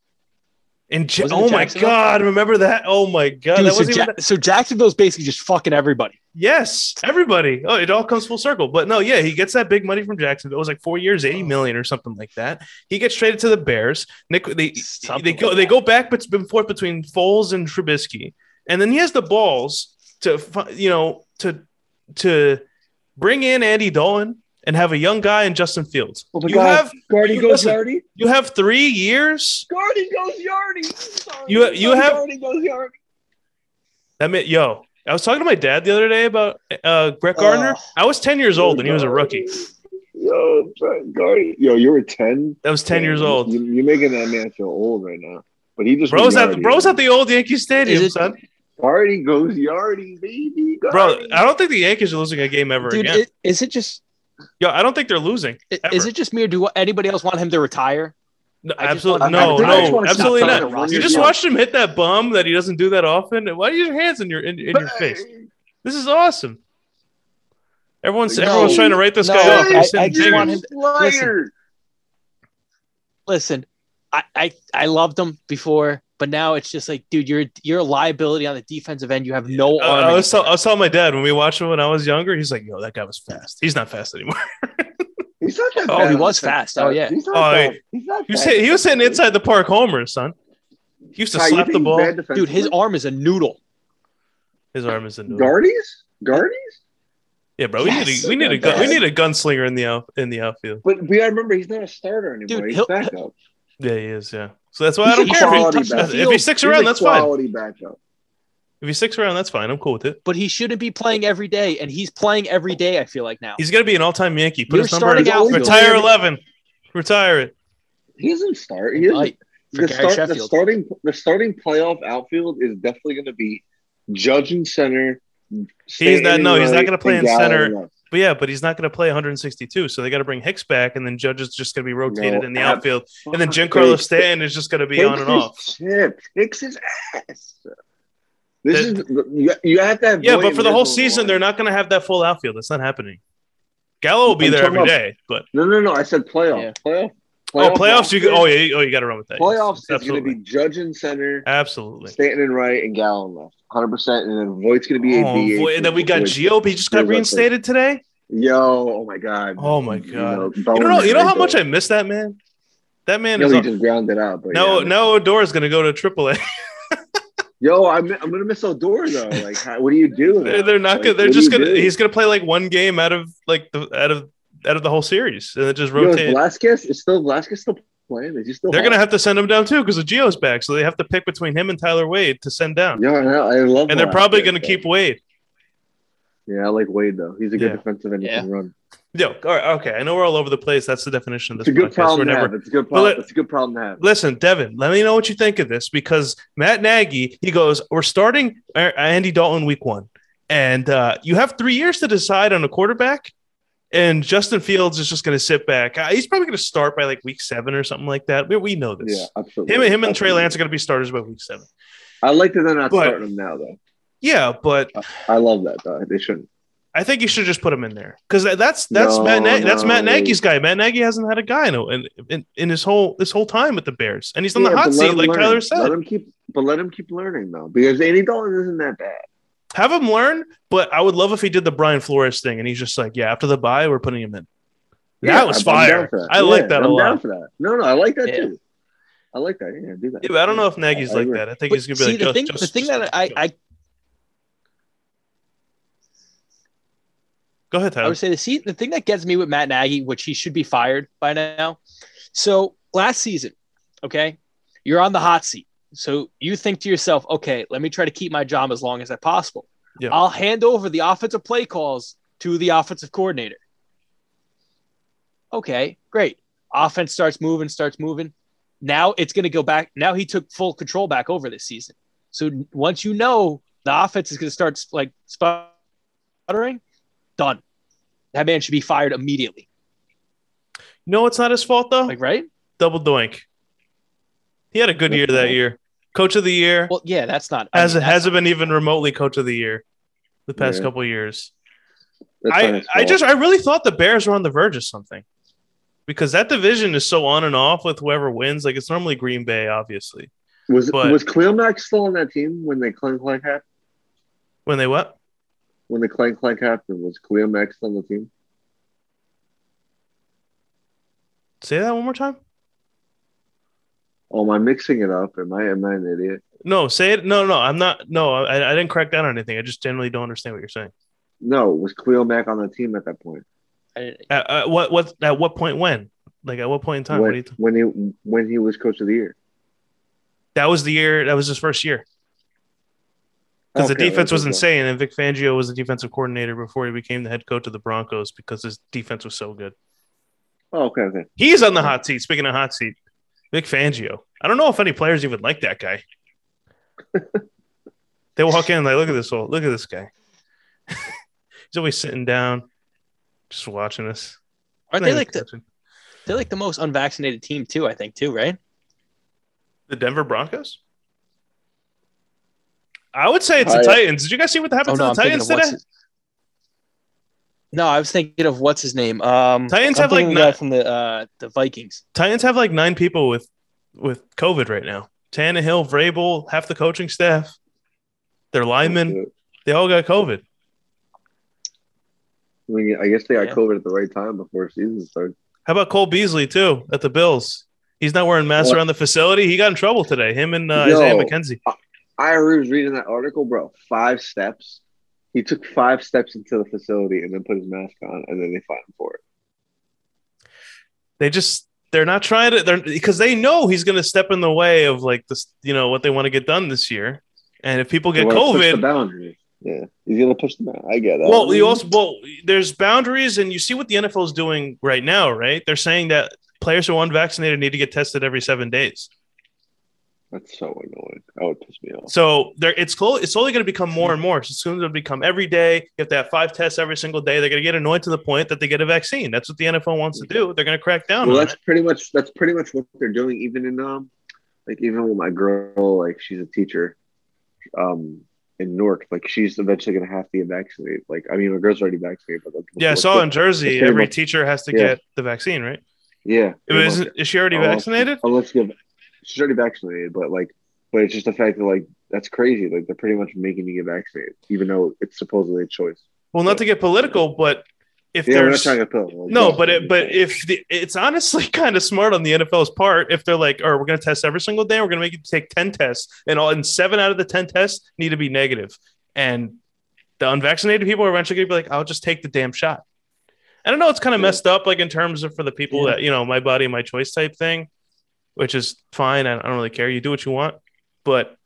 Speaker 1: In Ja-
Speaker 2: Wasn't it
Speaker 1: oh my
Speaker 2: Jacksonville?
Speaker 1: god! Remember that? Oh my god!
Speaker 2: Dude,
Speaker 1: that
Speaker 2: so,
Speaker 1: wasn't
Speaker 2: Ja-
Speaker 1: even that-
Speaker 2: so Jacksonville's basically just fucking everybody.
Speaker 1: Yes, everybody. Oh, it all comes full circle. But no, yeah, he gets that big money from Jacksonville. It was like four years,
Speaker 2: Oh.
Speaker 1: eighty million or something like that. He gets traded to the Bears. Nick, they
Speaker 2: Something
Speaker 1: they go
Speaker 2: like
Speaker 1: they
Speaker 2: that.
Speaker 1: go back bet- and forth between Foles and Trubisky, and then he has the balls to fi- you know to to bring in Andy Dalton and have a young guy in Justin Fields.
Speaker 3: Oh my
Speaker 1: you
Speaker 3: God.
Speaker 1: have
Speaker 3: Guardy
Speaker 1: you-
Speaker 3: goes
Speaker 1: listen.
Speaker 3: Yardy.
Speaker 1: You have three years.
Speaker 3: Guardy goes Yardy. Sorry.
Speaker 1: You- you have-
Speaker 3: Guardy goes Yardy.
Speaker 1: That meant yo. I was talking to my dad the other day about uh, Brett Gardner.
Speaker 2: Oh.
Speaker 1: I was ten years old and he was a rookie.
Speaker 3: Yo, Brett Guardy. Yo, you were ten.
Speaker 1: I was ten years old.
Speaker 3: You, you're making that man feel old right now. But he just
Speaker 1: Bro's
Speaker 3: went
Speaker 1: at
Speaker 3: Yardy.
Speaker 1: bro's at the old Yankee Stadium,
Speaker 2: Is it-
Speaker 1: son.
Speaker 3: Guardy goes Yardy, baby.
Speaker 1: Bro,
Speaker 3: Guardy.
Speaker 1: I don't think the Yankees are losing a game ever
Speaker 2: Dude,
Speaker 1: again.
Speaker 2: i- is it just
Speaker 1: yo, I don't think they're losing.
Speaker 2: i-
Speaker 1: Ever.
Speaker 2: is it just me or do anybody else want him to retire?
Speaker 1: No,
Speaker 2: I just
Speaker 1: absolutely
Speaker 2: wanna-
Speaker 1: no,
Speaker 2: I- I just
Speaker 1: no,
Speaker 2: wanna stop
Speaker 1: absolutely
Speaker 2: talking
Speaker 1: not.
Speaker 2: about
Speaker 1: You
Speaker 2: Rogers
Speaker 1: just
Speaker 2: now.
Speaker 1: watched him hit that bum that he doesn't do that often. Why do you have your hands in your in, in your
Speaker 2: uh,
Speaker 1: face? This is awesome. Everyone's
Speaker 3: No,
Speaker 1: everyone's trying to write this
Speaker 2: no,
Speaker 1: guy off.
Speaker 2: I-
Speaker 1: He's sitting
Speaker 2: I just
Speaker 1: fingers.
Speaker 2: want him- listen. Listen, I, I I loved him before, but now it's just like, dude, you're you're a liability on the defensive end. You have no
Speaker 1: I-
Speaker 2: arm.
Speaker 1: I,
Speaker 2: anymore.
Speaker 1: was tell, I was telling my dad when we watched him when I was younger, he's like, "Yo, that guy was fast. He's not fast anymore.
Speaker 3: He's not that
Speaker 1: Oh,
Speaker 3: bad
Speaker 2: he
Speaker 3: on
Speaker 2: was
Speaker 3: the
Speaker 2: fast.
Speaker 3: defense.
Speaker 2: Oh, yeah.
Speaker 3: He's not
Speaker 1: Oh,
Speaker 3: bad.
Speaker 1: he-
Speaker 3: He's not
Speaker 1: He was,
Speaker 3: bad.
Speaker 1: hitting, he was hitting inside the park homers, son. He used to
Speaker 3: Ty, you
Speaker 1: slap
Speaker 3: think
Speaker 1: the
Speaker 3: he's
Speaker 1: ball.
Speaker 3: bad defensively?
Speaker 2: dude, his arm is a noodle.
Speaker 1: His arm is in.
Speaker 3: Guardies? Guardies?
Speaker 1: Yeah, bro. We need
Speaker 2: Yes.
Speaker 1: a, we need a gun, we
Speaker 3: Yes.
Speaker 1: need a gunslinger in the out, in the outfield.
Speaker 3: But we gotta remember he's not a starter anymore.
Speaker 2: Dude,
Speaker 3: he's
Speaker 2: he'll-
Speaker 3: backup.
Speaker 1: Yeah, he is. Yeah. So that's why I
Speaker 3: He's
Speaker 1: don't
Speaker 3: a
Speaker 1: care if he,
Speaker 3: quality
Speaker 2: touches the
Speaker 3: backup.
Speaker 1: if
Speaker 2: field,
Speaker 1: he sticks
Speaker 3: He's a
Speaker 1: around. That's fine.
Speaker 3: quality backup.
Speaker 1: If he sticks around, that's fine. I'm cool with it.
Speaker 2: but he shouldn't be playing every day, and he's playing every day. I feel like now.
Speaker 1: He's gonna be an all-time Yankee. Put
Speaker 2: You're
Speaker 1: his number.
Speaker 2: starting
Speaker 3: out-
Speaker 1: Retire eleven. Retire it.
Speaker 3: He doesn't start. He doesn't.
Speaker 2: Right, for
Speaker 3: the,
Speaker 2: Gary
Speaker 3: start, the
Speaker 2: Sheffield.
Speaker 3: starting the starting playoff outfield is definitely going to be Judge in center. Stanton
Speaker 1: not-
Speaker 3: in
Speaker 1: no, he's not
Speaker 3: right,
Speaker 1: gonna play
Speaker 3: and
Speaker 1: in
Speaker 3: Gallo
Speaker 1: center.
Speaker 3: left.
Speaker 1: But yeah, but he's not gonna play 162. So they got to bring Hicks back, and then Judge is just gonna be rotated
Speaker 3: No,
Speaker 1: in the outfield, and then
Speaker 3: Fuck,
Speaker 1: Giancarlo
Speaker 3: dude.
Speaker 1: Stanton is just gonna be
Speaker 3: Fix
Speaker 1: on
Speaker 3: his
Speaker 1: and off.
Speaker 3: Chip. Fix his ass. This is
Speaker 1: That-
Speaker 3: you, you have to have
Speaker 1: Yeah,
Speaker 3: William
Speaker 1: but for the whole
Speaker 3: Rizzo on
Speaker 1: season,
Speaker 3: the
Speaker 1: they're not gonna have that full outfield. That's not happening. Gallo will be
Speaker 3: I'm
Speaker 1: there
Speaker 3: talking
Speaker 1: every
Speaker 3: about-
Speaker 1: day, but
Speaker 3: line. No, no, no. I said playoff.
Speaker 2: Yeah.
Speaker 3: Playoff.
Speaker 1: oh, playoffs! You
Speaker 3: outfield.
Speaker 1: oh yeah, oh you got to run with that. yes.
Speaker 3: Playoffs is going to
Speaker 1: absolutely,
Speaker 3: be Judge in center,
Speaker 1: absolutely.
Speaker 3: Stanton in right, and Gallo in left. Hundred percent. And then Voight's going to be
Speaker 1: Oh,
Speaker 3: a B.
Speaker 1: boy, and then we got
Speaker 3: Voight's-
Speaker 1: Gio. He just
Speaker 3: Where's that
Speaker 1: got reinstated today.
Speaker 3: Yo, oh my god.
Speaker 1: Oh my
Speaker 3: You
Speaker 1: God.
Speaker 3: know,
Speaker 1: You don't know.
Speaker 3: Bones
Speaker 1: You know how
Speaker 3: Rizzo.
Speaker 1: much I miss that man. That man
Speaker 3: No,
Speaker 1: is
Speaker 3: he
Speaker 1: on-
Speaker 3: just grounded out. But
Speaker 1: now.
Speaker 3: yeah.
Speaker 1: Now Odor's going to go to AAA.
Speaker 3: yo, I'm, I'm gonna miss Odor though. Like, how, what do you do?
Speaker 1: they're, they're not.
Speaker 3: Like,
Speaker 1: gonna, they're
Speaker 3: what do
Speaker 1: just
Speaker 3: you
Speaker 1: going to.
Speaker 3: do?
Speaker 1: He's going to play like one game out of like the out of out of the whole series, and it just
Speaker 3: yo,
Speaker 1: rotates.
Speaker 3: is Velasquez is still Velasquez still playing? Is he still?
Speaker 1: they're going to have to send him down too because the Geo's back, so they have to pick between him and Tyler Wade to send down.
Speaker 3: Yo, I, know, I love.
Speaker 1: And they're probably going to
Speaker 3: Velasquez,
Speaker 1: keep Wade.
Speaker 3: though. Yeah, I like Wade though. He's a good
Speaker 1: Yeah.
Speaker 3: defensive end. Yeah.
Speaker 2: Yeah.
Speaker 3: Run.
Speaker 1: Yo, all right, okay. I know we're all over the place. That's the definition of
Speaker 3: It's
Speaker 1: this
Speaker 3: a good
Speaker 1: podcast. We're
Speaker 3: problem to
Speaker 1: never
Speaker 3: have. It's a good
Speaker 1: But
Speaker 3: problem.
Speaker 1: let-
Speaker 3: it's a good problem to have.
Speaker 1: Listen, Devin, let me know what you think of this because Matt Nagy, he goes, We're starting uh, Andy Dalton week one. And uh, you have three years to decide on a quarterback. And Justin Fields is just going to sit back. Uh, he's probably going to start by like week seven or something like that. We, we know
Speaker 3: Yeah,
Speaker 1: this.
Speaker 3: absolutely.
Speaker 1: Him, him and Trey
Speaker 3: Absolutely.
Speaker 1: Lance are going to be starters by week seven.
Speaker 3: I like that they're not
Speaker 1: But-
Speaker 3: starting him now though.
Speaker 1: Yeah, but
Speaker 3: I love that though. They shouldn't.
Speaker 1: I think you should just put him in there because that's that's
Speaker 3: No,
Speaker 1: Matt Nagy, that's
Speaker 3: no.
Speaker 1: Matt Nagy's guy. Matt Nagy hasn't had a guy in, in, in, in his whole this whole time with the Bears, and he's on the
Speaker 3: Yeah,
Speaker 1: hot
Speaker 3: but let
Speaker 1: seat,
Speaker 3: him
Speaker 1: like
Speaker 3: learn.
Speaker 1: Tyler said.
Speaker 3: Let him keep, but let him keep learning though, because Andy Dalton isn't that bad.
Speaker 1: have him learn, but I would love if he did the Brian Flores thing and he's just like, yeah, after the buy, we're putting him in.
Speaker 3: Yeah,
Speaker 1: that was
Speaker 3: I'm- I'm down
Speaker 1: fire.
Speaker 3: for that.
Speaker 1: I like
Speaker 3: Yeah,
Speaker 1: that a
Speaker 3: I'm down
Speaker 1: lot.
Speaker 3: for that. No, no, I like that
Speaker 2: Yeah.
Speaker 3: too. I like that. Yeah, do that.
Speaker 1: Yeah, but I don't know if Nagy's
Speaker 3: I
Speaker 1: like "Oh,
Speaker 3: agree.
Speaker 1: that. I think
Speaker 2: But
Speaker 1: he's gonna be
Speaker 2: see,
Speaker 1: like
Speaker 2: the
Speaker 1: just-
Speaker 2: thing,
Speaker 1: just-
Speaker 2: the thing
Speaker 1: just-
Speaker 2: that I, I
Speaker 1: Go ahead, Tyler.
Speaker 2: I would say the see the thing that gets me with Matt Nagy, which he should be fired by now. So last season, okay, you're on the hot seat. So you think to yourself, okay, let me try to keep my job as long as I possible.
Speaker 1: Yeah.
Speaker 2: I'll hand over the offensive play calls to the offensive coordinator. Okay, great. Offense starts moving, starts moving. Now it's going to go back. Now he took full control back over this season. So once you know the offense is going to start like sputtering, done. That man should be fired immediately.
Speaker 1: no, it's not his fault though.
Speaker 2: Like, right?
Speaker 1: Double doink. He had a good year that year. Coach of the year
Speaker 2: Well, yeah, that's not
Speaker 1: has
Speaker 2: I mean,
Speaker 1: hasn't been even remotely coach of the year the past
Speaker 3: Yeah.
Speaker 1: couple years.
Speaker 3: That's not
Speaker 1: I,
Speaker 3: his
Speaker 1: I
Speaker 3: fault.
Speaker 1: just I really thought the Bears were on the verge of something because that division is so on and off with whoever wins. Like it's normally Green Bay, obviously.
Speaker 3: was
Speaker 1: but-
Speaker 3: was Cleo Mack still on that team when they clank clank happened?
Speaker 1: When they what?
Speaker 3: When the clank clank happened, was Cleo Mack still on the team?
Speaker 1: Say that one more time.
Speaker 3: Oh, am I mixing it up? Am I am I an idiot?
Speaker 1: No, say it. No, no, I'm not. No, I, I didn't crack down on anything. I just generally don't understand what you're saying.
Speaker 3: No, was Cleo Mack on the team at that point?
Speaker 2: I-
Speaker 1: At, at what what at what point when? Like at what point in time? What do
Speaker 3: when,
Speaker 1: you th-
Speaker 3: when he when he was coach of the year?
Speaker 1: that was the year. That was his first year because
Speaker 3: Okay,
Speaker 1: the defense
Speaker 3: okay,
Speaker 1: was
Speaker 3: okay.
Speaker 1: insane, and Vic Fangio was the defensive coordinator before he became the head coach of the Broncos because his defense was so good.
Speaker 3: Oh, okay, okay.
Speaker 1: He's on the hot seat. Speaking of hot seat, Vic Fangio. I don't know if any players even like that guy. they walk in, like, look at this whole, look at this guy. He's always sitting down, just watching us.
Speaker 2: aren't
Speaker 1: Not
Speaker 2: they
Speaker 1: even
Speaker 2: like the
Speaker 1: coaching.
Speaker 2: they're like the most unvaccinated team too? I think too, right?
Speaker 1: the Denver Broncos? I would say it's the
Speaker 3: I-
Speaker 1: Titans. Did you guys see what
Speaker 2: Oh,
Speaker 1: happened to the Titans today?
Speaker 2: of what's his- No, I was thinking of what's his name. Um,
Speaker 1: Titans
Speaker 2: I'm
Speaker 1: have, like,
Speaker 2: thinking of the guy
Speaker 1: not-
Speaker 2: from the uh, the Vikings.
Speaker 1: Titans have like nine people with with COVID right now. Tannehill, Vrabel, half the coaching staff, their linemen, they all got COVID.
Speaker 3: I, mean, I guess they got
Speaker 2: Yeah.
Speaker 3: COVID at the right time before season started.
Speaker 1: How about Cole Beasley too at the Bills? He's not wearing masks
Speaker 3: What?
Speaker 1: around the facility. He got in trouble today. Him and uh,
Speaker 3: Yo.
Speaker 1: Isaiah McKenzie.
Speaker 3: I was reading that article, bro. Five steps. He took five steps into the facility and then put his mask on, and then they fined him for it.
Speaker 1: They just they're not trying to. They're because they know he's going to step in the way of like this. You know what they want to get done this year. And if people
Speaker 3: They
Speaker 1: get
Speaker 3: wanna push the
Speaker 1: COVID,
Speaker 3: boundary. Yeah, he's gonna push the boundary. I get that.
Speaker 1: well, you also well, there's boundaries, and you see what the NFL is doing right now, right? They're saying that players who are unvaccinated need to get tested every seven days.
Speaker 3: That's so annoying. That would piss me off.
Speaker 1: So there, it's cool. It's only going to become more and more. So it's going to become every day. You have to have five tests every single day. They're going to get annoyed to the point that they get a vaccine. That's what the NFL wants to do. They're going to crack down
Speaker 3: Well,
Speaker 1: on
Speaker 3: that's
Speaker 1: it.
Speaker 3: pretty much that's pretty much what they're doing. Even in um, like even with my girl, like she's a teacher, um, in Newark, like she's eventually gonna have to get vaccinated. Like I mean, my girl's already vaccinated, but like,
Speaker 1: Yeah, I saw in Jersey,
Speaker 3: pretty
Speaker 1: every
Speaker 3: much-
Speaker 1: teacher has to
Speaker 3: yeah.
Speaker 1: get the vaccine, right?
Speaker 3: yeah,
Speaker 1: It
Speaker 3: pretty
Speaker 1: was,
Speaker 3: much.
Speaker 1: is she already
Speaker 3: Oh,
Speaker 1: vaccinated?
Speaker 3: Unless you get, she's already vaccinated, but like, but it's just the fact that like that's crazy. Like they're pretty much making you get vaccinated, even though it's supposedly a choice.
Speaker 1: Well, not to get political, but if
Speaker 3: yeah, we're not
Speaker 1: there's
Speaker 3: trying to pill. Like,
Speaker 1: no,
Speaker 3: that's
Speaker 1: but
Speaker 3: what
Speaker 1: it, but
Speaker 3: we're saying.
Speaker 1: if the, it's honestly kind of smart on the NFL's part, if they're like, "All right, we're going to test every single day. We're going to make you take ten tests, and all and seven out of the ten tests need to be negative, and the unvaccinated people are eventually going to be like, "I'll just take the damn shot." I don't know. It's kind of
Speaker 3: Yeah.
Speaker 1: messed up, like in terms of for the people
Speaker 2: Yeah.
Speaker 1: that you know, my body, my choice type thing, which is fine. I I don't really care. You do what you want, but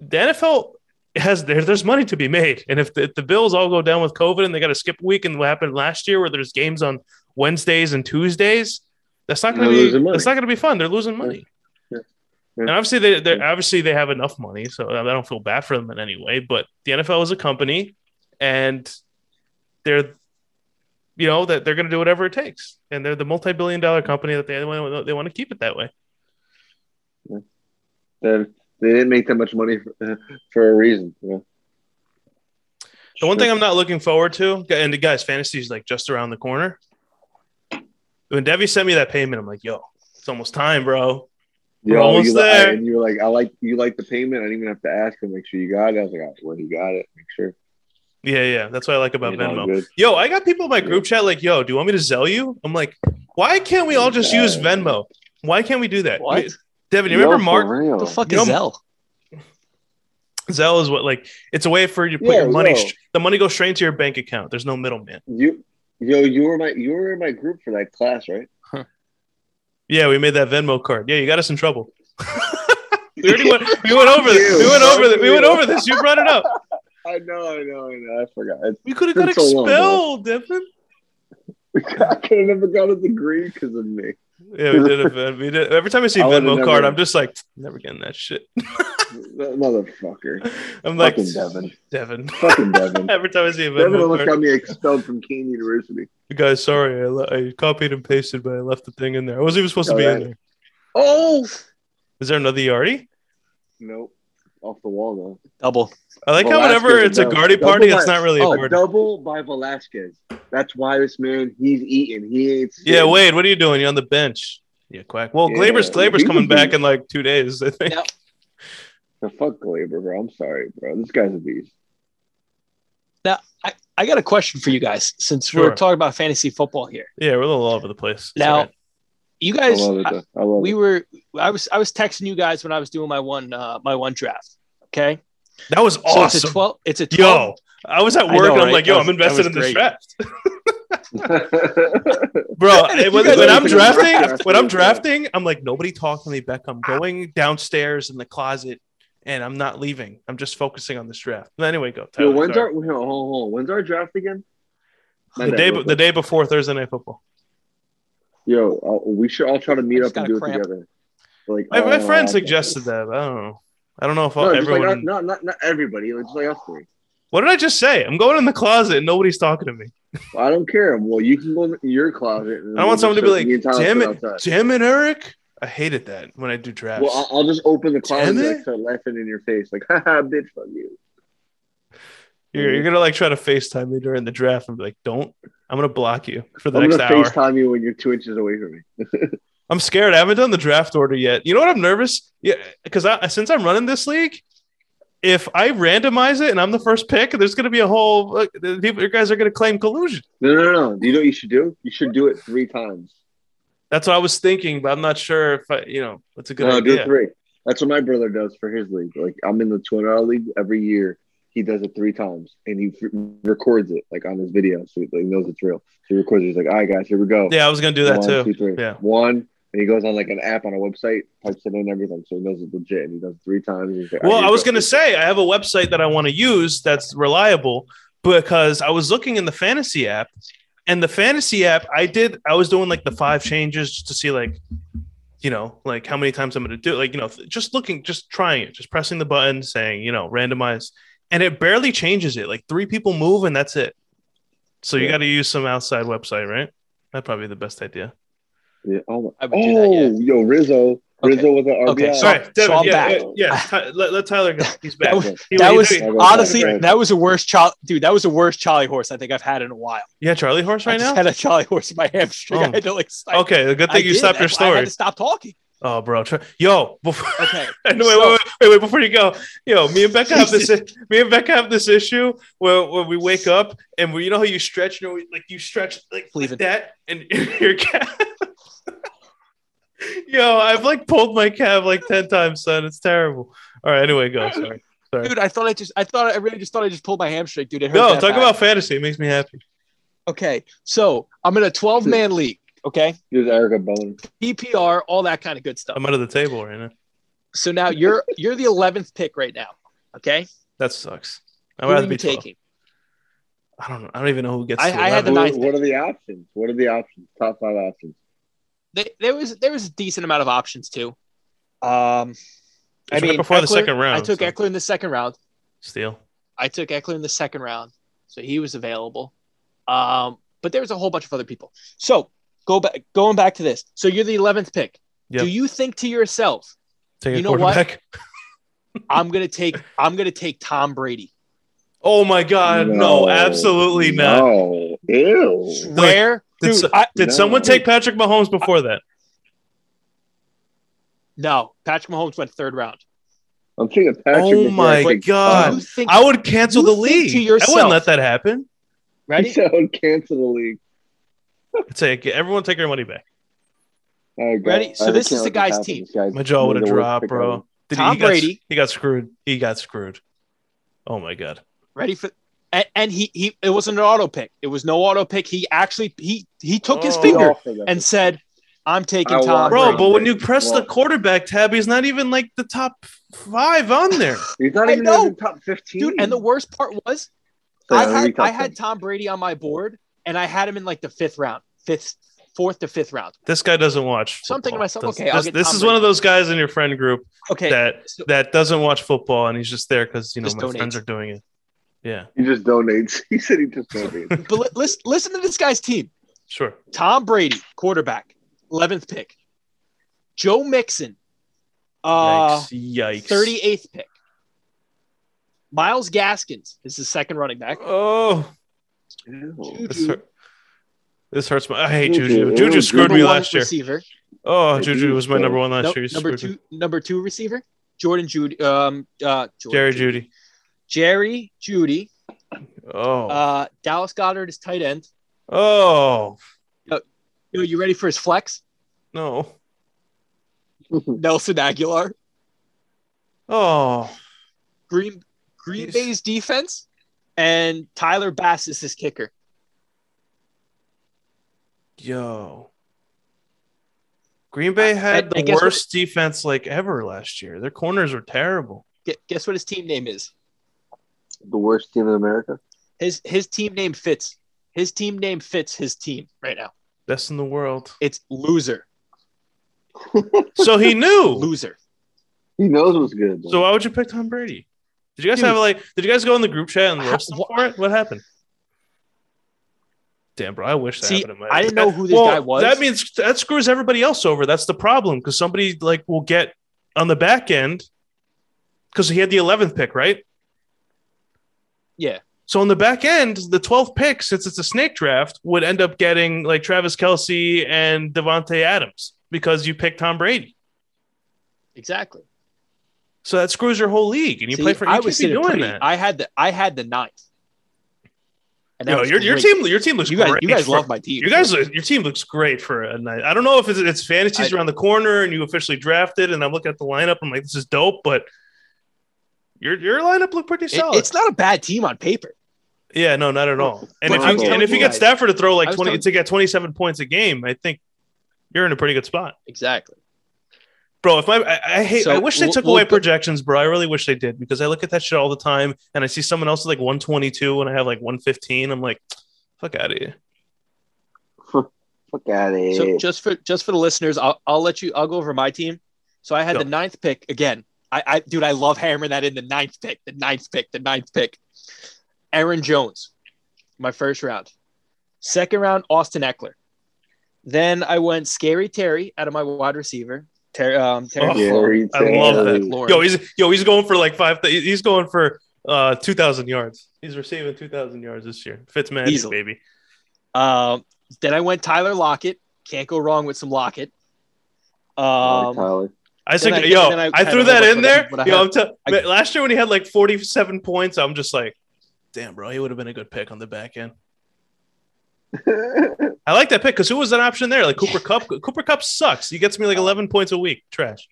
Speaker 1: the NFL has there, there's money to be made, and if the, if the Bills all go down with COVID and they got to skip a week, and what happened last year where there's games on Wednesdays and Tuesdays, that's not
Speaker 3: They're
Speaker 1: going to
Speaker 3: losing
Speaker 1: be
Speaker 3: money.
Speaker 1: that's not going to be fun. They're losing money,
Speaker 3: Yeah. Yeah.
Speaker 1: and obviously they they obviously they have enough money, so I don't feel bad for them in any way. But the NFL is a company, and they're you know that they're going to do whatever it takes, and they're the multi-billion dollar company that they they want to keep it that way.
Speaker 3: They're- they didn't make that much money for, for a reason. Yeah.
Speaker 1: The one thing I'm not looking forward to, and guys, fantasy is like just around the corner. When Debbie sent me that payment, I'm like, yo, it's almost time, bro.
Speaker 3: Yo,
Speaker 1: almost
Speaker 3: you,
Speaker 1: there.
Speaker 3: and you were like, I like you like the payment. I didn't even have to ask him. Make sure you got it. I was like, oh, well, you got it. Make sure.
Speaker 1: Yeah, yeah. That's what I like about
Speaker 3: You know,
Speaker 1: Venmo.
Speaker 3: good.
Speaker 1: Yo, I got people in my group chat like, yo, do you want me to sell you? I'm like, why can't we all just use Venmo? Why can't we do that?
Speaker 2: What
Speaker 1: Devin, oh, you remember
Speaker 3: Yo,
Speaker 1: Mark?
Speaker 3: for real.
Speaker 2: the fuck
Speaker 1: You
Speaker 2: is
Speaker 1: know-
Speaker 2: Zell?
Speaker 1: Zelle is what like it's a way for you to put
Speaker 3: Yeah,
Speaker 1: your money.
Speaker 3: yo.
Speaker 1: str- the money goes straight into your bank account. There's no middleman.
Speaker 3: You, yo, you were my you were in my group for that class, right?
Speaker 1: Yeah, we made that Venmo card. Yeah, you got us in trouble. We already went, we went over this.
Speaker 3: You.
Speaker 1: We went over this. We went
Speaker 3: You.
Speaker 1: over this. You brought it up.
Speaker 3: I know, I know, I know. I forgot.
Speaker 1: We could have got
Speaker 3: It's been so long,
Speaker 1: expelled, Devin.
Speaker 3: It's- I could have never got a degree because of me.
Speaker 1: Yeah, we did. A, we did. Every time I see
Speaker 3: I would've
Speaker 1: Venmo card,
Speaker 3: never-
Speaker 1: I'm just like, never getting that shit.
Speaker 3: That motherfucker.
Speaker 1: I'm like,
Speaker 3: Fucking Devin.
Speaker 1: Devin.
Speaker 3: Fucking Devin.
Speaker 1: Every time I see a Venmo
Speaker 3: Devin
Speaker 1: card,
Speaker 3: almost got me expelled from Kane University.
Speaker 1: guys, sorry, I, le- I copied and pasted, but I left the thing in there. I wasn't even supposed to be in
Speaker 3: Alright.
Speaker 1: there.
Speaker 2: Oh,
Speaker 1: Is there another Yardi?
Speaker 3: Nope. Off the wall
Speaker 2: double.
Speaker 1: I like how
Speaker 3: Velasquez
Speaker 1: whenever
Speaker 3: and
Speaker 1: it's a
Speaker 3: Del-
Speaker 1: Guardi
Speaker 3: Double
Speaker 1: party,
Speaker 3: by-
Speaker 1: it's not really
Speaker 2: oh,
Speaker 1: a
Speaker 3: though.
Speaker 1: party.
Speaker 3: double by Velasquez. That's why this man he's eating. He ain't.
Speaker 1: Yeah,
Speaker 3: sitting.
Speaker 1: Wade, what are you doing? You're on the bench. Yeah, quack. Well,
Speaker 3: Yeah.
Speaker 1: Glaber's Glaber's
Speaker 3: He
Speaker 1: coming
Speaker 3: would be-
Speaker 1: back in like two days, I think.
Speaker 2: Yeah.
Speaker 3: The fuck Glaber, bro. I'm sorry, bro. This guy's a beast.
Speaker 2: I, I got a question for you guys since
Speaker 1: Sure.
Speaker 2: we're talking about fantasy football here.
Speaker 1: Yeah, we're a little all over the place. It's
Speaker 2: Now,
Speaker 1: all right.
Speaker 2: You
Speaker 3: I
Speaker 2: guys,
Speaker 3: love it. Though. I love
Speaker 2: we
Speaker 3: it.
Speaker 2: were I was I was texting you guys when I was doing my one uh my one draft. Okay.
Speaker 1: that was
Speaker 2: So it's a
Speaker 1: awesome.
Speaker 2: twelve it's a 12
Speaker 1: Yo, I was at
Speaker 2: I
Speaker 1: work and
Speaker 2: know,
Speaker 1: I'm
Speaker 2: right?
Speaker 1: like, yo,
Speaker 2: That was-
Speaker 1: I'm invested
Speaker 2: that
Speaker 1: in
Speaker 2: was
Speaker 1: this
Speaker 2: great.
Speaker 1: draft. Bro, it was,
Speaker 2: You guys
Speaker 1: when
Speaker 2: are
Speaker 1: I'm
Speaker 2: thinking
Speaker 3: about
Speaker 1: drafting,
Speaker 3: draft.
Speaker 1: when I'm drafting, I'm like, nobody talk to me, Beck. I'm
Speaker 3: Ah.
Speaker 1: going downstairs in the closet and I'm not leaving. I'm just focusing on this draft. But anyway, go.
Speaker 3: Yo,
Speaker 1: Tyler,
Speaker 3: when's our
Speaker 1: sorry.
Speaker 3: wait, hold on, hold on. when's our draft again? My
Speaker 1: the
Speaker 3: bad,
Speaker 1: day
Speaker 3: real
Speaker 1: the
Speaker 3: quick.
Speaker 1: day before Thursday night football.
Speaker 3: Yo, uh, we should all try to meet
Speaker 2: I
Speaker 3: up
Speaker 2: just
Speaker 3: and
Speaker 2: got a
Speaker 3: do it
Speaker 2: cramp.
Speaker 3: together. Like uh,
Speaker 1: My, my
Speaker 3: all-
Speaker 1: friend suggested that. but I don't know. I don't know if
Speaker 3: Oh, No, just like,
Speaker 1: everyone.
Speaker 3: not, not, not, not everybody. Like, just like us three.
Speaker 1: What did I just say? I'm going in the closet and nobody's talking to me.
Speaker 3: I don't care. Well, you can go in your closet. And
Speaker 1: I don't want someone to be like,
Speaker 3: Me and Tyler
Speaker 1: "Damn
Speaker 3: sit
Speaker 1: it,
Speaker 3: outside."
Speaker 1: Jim and Eric." I hated that when I do drafts.
Speaker 3: Well, I'll, I'll just open the closet
Speaker 1: Damn
Speaker 3: and
Speaker 1: it.
Speaker 3: like, start laughing in your face, like, haha, bitch, fuck you.
Speaker 1: you're, you're gonna like try to Facetime me during the draft and be like, "Don't." I'm gonna block you for the
Speaker 3: I'm
Speaker 1: next
Speaker 3: gonna
Speaker 1: hour.
Speaker 3: FaceTime you when you're two inches away from me.
Speaker 1: I'm scared. I haven't done the draft order yet. You know what? I'm nervous. Yeah, because I since I'm running this league, if I randomize it and I'm the first pick, there's gonna be a whole. Like, the people, you guys are gonna claim collusion.
Speaker 3: No, no, no. no. You know what you should do? You should do it three times.
Speaker 1: That's what I was thinking, but I'm not sure if I, you know that's a good
Speaker 3: no, do
Speaker 1: idea.
Speaker 3: three. That's what my brother does for his league. Like I'm in the two hundred dollar league every year. He does it three times and he f- records it like on his video, so he like, knows it's real. So he records. It. He's like, "All right, guys, here we go.
Speaker 1: Yeah, I was gonna do that
Speaker 3: One,
Speaker 1: too.
Speaker 3: two, three.
Speaker 1: Yeah.
Speaker 3: One." And he goes on like an app on a website, types it in everything, so he knows it's legit. And he does it three times. and he's like, "All
Speaker 1: Well,
Speaker 3: right,
Speaker 1: I
Speaker 3: here
Speaker 1: was
Speaker 3: we
Speaker 1: going
Speaker 3: go."
Speaker 1: to say I have a website that I want to use that's reliable because I was looking in the fantasy app and the fantasy app I did I was doing like the five changes just to see like you know like how many times I'm going to do it. like you know just looking just trying it just pressing the button saying you know randomize and it barely changes it like three people move and that's it. So you
Speaker 3: Yeah.
Speaker 1: got to use some outside website, right? That'd probably be the best idea.
Speaker 3: Yeah. Oh, my-
Speaker 2: I would do that, yeah.
Speaker 3: oh yo, Rizzo.
Speaker 2: Okay.
Speaker 3: Rizzo with an RBI.
Speaker 2: Okay,
Speaker 1: All right, Devin,
Speaker 2: so I'm
Speaker 1: yeah,
Speaker 2: back.
Speaker 1: yeah, yeah. Ty- let, let Tyler go. He's back.
Speaker 2: was-
Speaker 1: He-
Speaker 2: that
Speaker 1: he-
Speaker 2: was
Speaker 3: I go
Speaker 2: honestly
Speaker 3: back.
Speaker 2: that was the worst child dude that was the worst Charlie horse I think I've had in a while.
Speaker 1: yeah, Charlie horse
Speaker 2: I
Speaker 1: right
Speaker 2: just
Speaker 1: now.
Speaker 2: had a Charlie horse in my hamstring.
Speaker 1: Oh.
Speaker 2: I had to like I-
Speaker 1: Okay, the good
Speaker 2: I
Speaker 1: thing you
Speaker 2: did.
Speaker 1: stopped your
Speaker 2: That's why I had
Speaker 1: story.
Speaker 2: to stop talking.
Speaker 1: Oh, bro, try- yo, before,
Speaker 2: Okay.
Speaker 1: wait, wait,
Speaker 2: So-
Speaker 1: wait, wait, wait, before you go, yo, me and Becca have this, me and Becca have this issue where when we wake up and we, you know how you stretch, you know, like you stretch like
Speaker 2: Leave it.
Speaker 1: that, and your calf. yo, I've like pulled my calf like ten times, son. It's terrible. All right, anyway, go. Sorry, sorry.
Speaker 2: Dude, I thought I just I thought I really just thought I just pulled my hamstring, dude. It hurt
Speaker 1: no,
Speaker 2: that
Speaker 1: talk
Speaker 2: bad.
Speaker 1: about fantasy. It makes me happy.
Speaker 2: Okay. So I'm in a 12 man league. Okay.
Speaker 3: Here's Erica Bone.
Speaker 2: PPR, all that kind of good stuff.
Speaker 1: I'm under the table right now.
Speaker 2: So now you're you're the 11th pick right now. Okay.
Speaker 1: That sucks. I'd
Speaker 2: Who are
Speaker 1: rather
Speaker 2: you
Speaker 1: be 12.
Speaker 2: taking?
Speaker 1: I don't know. I don't even know who gets.
Speaker 2: I-
Speaker 1: to
Speaker 2: I had the
Speaker 1: 11.
Speaker 2: ninth
Speaker 3: What, what are the options? What are the options? Top five options.
Speaker 2: They, there was there was a decent amount of options too. Um, I
Speaker 1: right
Speaker 2: mean,
Speaker 1: before the
Speaker 2: Eckler-
Speaker 1: second round,
Speaker 2: I took
Speaker 1: so.
Speaker 2: Eckler in the second round.
Speaker 1: Steal.
Speaker 2: I took Eckler in the second round, so he was available. Um, but there was a whole bunch of other people. So go back, going back to this. So you're the 11th pick.
Speaker 1: Yep.
Speaker 2: Do you think to yourself,
Speaker 1: Take a
Speaker 2: You know what?
Speaker 1: quarterback.
Speaker 2: I'm gonna take I'm gonna take Tom Brady?
Speaker 1: Oh my God! No, absolutely not.
Speaker 3: No. Ew.
Speaker 2: Where,
Speaker 1: Did,
Speaker 2: dude?
Speaker 1: so-
Speaker 2: I,
Speaker 1: did
Speaker 3: No.
Speaker 1: someone take Patrick Mahomes before that?
Speaker 2: no, Patrick Mahomes went third round.
Speaker 3: I'm thinking Patrick.
Speaker 1: Oh
Speaker 3: before I
Speaker 1: my
Speaker 3: think
Speaker 1: God.
Speaker 3: Tom.
Speaker 2: You think
Speaker 1: Uh, I would cancel
Speaker 2: You
Speaker 1: the
Speaker 2: think
Speaker 1: league.
Speaker 2: to
Speaker 1: I
Speaker 2: yourself-
Speaker 1: wouldn't let that happen.
Speaker 2: ready?
Speaker 3: So cancel the league.
Speaker 1: I'd say everyone take their money back.
Speaker 3: All right,
Speaker 2: Ready?
Speaker 3: guys.
Speaker 2: So
Speaker 3: I
Speaker 2: this
Speaker 3: can't
Speaker 2: is the
Speaker 3: let
Speaker 2: guy's
Speaker 3: happen.
Speaker 2: team.
Speaker 3: This guy's
Speaker 1: My jaw would have
Speaker 3: the worst
Speaker 1: dropped,
Speaker 3: pick
Speaker 1: bro.
Speaker 3: ever.
Speaker 1: Did
Speaker 2: Tom
Speaker 1: he, he got,
Speaker 2: Brady.
Speaker 1: He got screwed. He got screwed. Oh my god.
Speaker 2: Ready for and, and he he it wasn't an auto pick. It was no auto pick. He actually he he took his
Speaker 1: Oh.
Speaker 2: finger
Speaker 3: Awful that
Speaker 2: and
Speaker 3: is.
Speaker 2: said, "I'm taking
Speaker 3: I
Speaker 2: Tom."
Speaker 3: want
Speaker 1: Bro,
Speaker 2: Brady."
Speaker 1: but when you
Speaker 3: Brady.
Speaker 1: press the
Speaker 3: Well-
Speaker 1: quarterback tab, he's not even like the top five on there.
Speaker 3: he's not
Speaker 2: I
Speaker 3: even in the
Speaker 2: know.
Speaker 3: top fifteen.
Speaker 2: dude, and the worst part was
Speaker 3: So,
Speaker 2: I
Speaker 3: we
Speaker 2: had
Speaker 3: talked
Speaker 2: I had Tom Brady on my board, and I had him in like the fifth round, fifth, fourth to fifth round.
Speaker 1: This guy doesn't watch.
Speaker 2: So I'm thinking to
Speaker 1: football.
Speaker 2: myself,
Speaker 1: Does-
Speaker 2: okay, I'll
Speaker 1: this,
Speaker 2: get
Speaker 1: this
Speaker 2: Tom
Speaker 1: is
Speaker 2: Brady.
Speaker 1: one of those guys in your friend group
Speaker 2: Okay,
Speaker 1: that
Speaker 2: so-
Speaker 1: that doesn't watch football and he's just there because you know
Speaker 2: Just
Speaker 1: my
Speaker 2: donates.
Speaker 1: friends are doing it. Yeah,
Speaker 3: He just donates. He said he just donates.
Speaker 2: but li- listen, listen to this guy's team:
Speaker 1: sure.
Speaker 2: Tom Brady, quarterback, eleventh pick; Joe Mixon, uh,
Speaker 1: Yikes! Yikes!
Speaker 2: thirty eighth pick; Miles Gaskins is the second running back.
Speaker 1: Oh,
Speaker 3: Ew.
Speaker 1: this, hurt- this hurts my. I hate Juju.
Speaker 3: Juju.
Speaker 1: Juju
Speaker 3: Ew,
Speaker 1: screwed
Speaker 2: Number
Speaker 1: me
Speaker 2: one
Speaker 1: last year.
Speaker 2: Receiver.
Speaker 1: Oh, Juju was my
Speaker 3: No-
Speaker 1: number one last
Speaker 2: No,
Speaker 1: year. He
Speaker 2: number
Speaker 1: screwed
Speaker 2: two, number two receiver, Jordan Judy, um, uh,
Speaker 1: me. Jerry
Speaker 2: Judy.
Speaker 1: Judy.
Speaker 2: Jerry Judy.
Speaker 1: Oh,
Speaker 2: Uh, Dallas Goddard is tight end.
Speaker 1: oh
Speaker 2: Yo, you ready for his flex?
Speaker 1: no,
Speaker 2: Nelson Aguilar.
Speaker 1: oh.
Speaker 2: Green Green
Speaker 1: Jeez.
Speaker 2: Bay's defense, and Tyler Bass is his kicker.
Speaker 1: Yo. Green Bay had
Speaker 2: and-
Speaker 1: the
Speaker 2: and guess what-
Speaker 1: worst defense like ever last year. Their corners were terrible.
Speaker 2: Gu- Guess what his team name is?
Speaker 3: The worst team in America.
Speaker 2: His his team name fits. His team name fits his team right now.
Speaker 1: Best in the world.
Speaker 2: It's loser,
Speaker 1: So he knew.
Speaker 2: loser.
Speaker 3: He knows what's good. though.
Speaker 1: so why would you pick Tom Brady? Did you guys
Speaker 2: Dude.
Speaker 1: have like did you guys go in the group chat and
Speaker 2: How-
Speaker 1: roast him
Speaker 2: wha-
Speaker 1: for it? What happened? Damn, bro, I wish that
Speaker 2: See,
Speaker 1: happened. to my-
Speaker 2: I didn't know who this guy was.
Speaker 1: That means that screws everybody else over. That's the problem because somebody like will get on the back end because he had the eleventh pick, right?
Speaker 2: Yeah.
Speaker 1: So on the back end, the 12th pick, since it's a snake draft, would end up getting like Travis Kelsey and Devontae Adams because you picked Tom Brady.
Speaker 2: Exactly.
Speaker 1: So that screws your whole league, and you
Speaker 2: See,
Speaker 1: play for. You
Speaker 2: I
Speaker 1: can't
Speaker 2: was
Speaker 1: be
Speaker 2: sitting
Speaker 1: doing
Speaker 2: pretty.
Speaker 1: that.
Speaker 2: I had the I had the ninth. And that
Speaker 1: Yo,
Speaker 2: was
Speaker 1: your, your
Speaker 2: great.
Speaker 1: team, your team looks
Speaker 2: You guys,
Speaker 1: great.
Speaker 2: you guys
Speaker 1: for-
Speaker 2: love my team.
Speaker 1: You guys, your team looks great for a night. I don't know if it's, it's fantasies around the corner and you officially drafted, and I'm looking at the lineup. I'm like, this is dope, but your your lineup looked pretty
Speaker 2: It-
Speaker 1: solid.
Speaker 2: it's not a bad team on paper.
Speaker 1: yeah, no, not at all. And if
Speaker 3: I was
Speaker 1: you and
Speaker 2: telling
Speaker 1: if you
Speaker 2: you
Speaker 1: get
Speaker 2: guys-
Speaker 1: Stafford to throw
Speaker 2: I
Speaker 1: like
Speaker 2: was
Speaker 1: twenty
Speaker 2: telling-
Speaker 1: to get twenty seven points a game, I think you're in a pretty good spot,
Speaker 2: Exactly.
Speaker 1: bro. If my I, I hate,
Speaker 2: So
Speaker 1: I wish they
Speaker 2: we'll-
Speaker 1: took
Speaker 2: we'll
Speaker 1: away
Speaker 2: put-
Speaker 1: projections, bro. I really wish they did because I look at that shit all the time, and I see someone else with like one twenty two, and I have like one fifteen. I'm like, fuck out of here.
Speaker 3: fuck out of here.
Speaker 2: So just for just for the listeners, I'll, I'll let you. I'll go over my team. So I had
Speaker 1: Go.
Speaker 2: the ninth pick again. I, I dude, I love hammering that in the ninth pick, the ninth pick, the ninth pick. Aaron Jones, my first round. Second round, Austin Eckler. Then I went Scary Terry out of my wide receiver. Ter- um, Terry
Speaker 1: Oh,
Speaker 2: McLaurin.
Speaker 3: Gary
Speaker 1: I love
Speaker 3: Taylor.
Speaker 1: that. Yo, he's yo, he's going for like five. Th- he's going for uh two thousand yards. He's receiving two thousand yards this year. Fitzmagic,
Speaker 2: Easily.
Speaker 1: baby.
Speaker 2: Um, then I went Tyler Lockett. Can't go wrong with some Lockett.
Speaker 3: Tyler,
Speaker 2: Um,
Speaker 3: Tyler.
Speaker 1: I think,
Speaker 2: I-
Speaker 1: yo,
Speaker 2: then
Speaker 1: I,
Speaker 2: I
Speaker 1: threw
Speaker 2: kinda
Speaker 1: that
Speaker 2: looked
Speaker 1: in
Speaker 2: what
Speaker 1: there.
Speaker 2: I- what I
Speaker 1: yo,
Speaker 2: had.
Speaker 1: I'm tell-
Speaker 2: I-
Speaker 1: man, last year when he had like forty-seven points, I'm just like, damn, bro, he would have been a good pick on the back end. I like that pick because who was an option there? Like Cooper Cup. Cooper Cup sucks. He gets me like eleven points a week. Trash.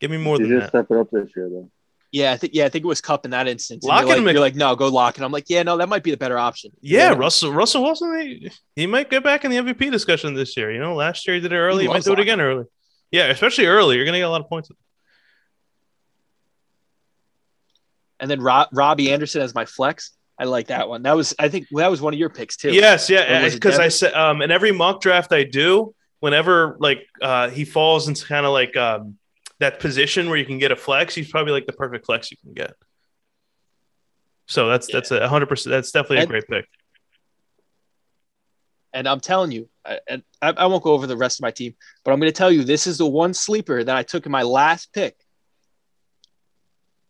Speaker 1: Give me more
Speaker 3: He's
Speaker 1: than
Speaker 3: just
Speaker 1: that.
Speaker 3: stepping up this year, though.
Speaker 2: Yeah, I think yeah, I think it was Cup in that instance. And
Speaker 1: Lockett
Speaker 2: you're, like,
Speaker 1: and Mc-
Speaker 2: you're like, no, go Lockett. I'm like, yeah, no, that might be the better option.
Speaker 1: Yeah,
Speaker 2: Yeah.
Speaker 1: Russell Russell Wilson, he, he might get back in the MVP discussion this year. You know, last year he did it early. He, might
Speaker 2: loves
Speaker 1: do it
Speaker 2: Lockett.
Speaker 1: again early. Yeah, especially early. You're gonna get a lot of points.
Speaker 2: And then Rob, Robbie Anderson as my flex. I like that one. That was I think that was one of your picks too.
Speaker 1: Yes,
Speaker 2: Or
Speaker 1: yeah,
Speaker 2: was it
Speaker 1: because I
Speaker 2: Devin?
Speaker 1: said um, in every mock draft I do, whenever like uh, he falls into kind of like um, that position where you can get a flex, he's probably like the perfect flex you can get. So that's that's a hundred percent. That's definitely a
Speaker 2: And-
Speaker 1: great pick.
Speaker 2: And I'm telling you, I, and I, I won't go over the rest of my team, but I'm going to tell you this is the one sleeper that I took in my last pick.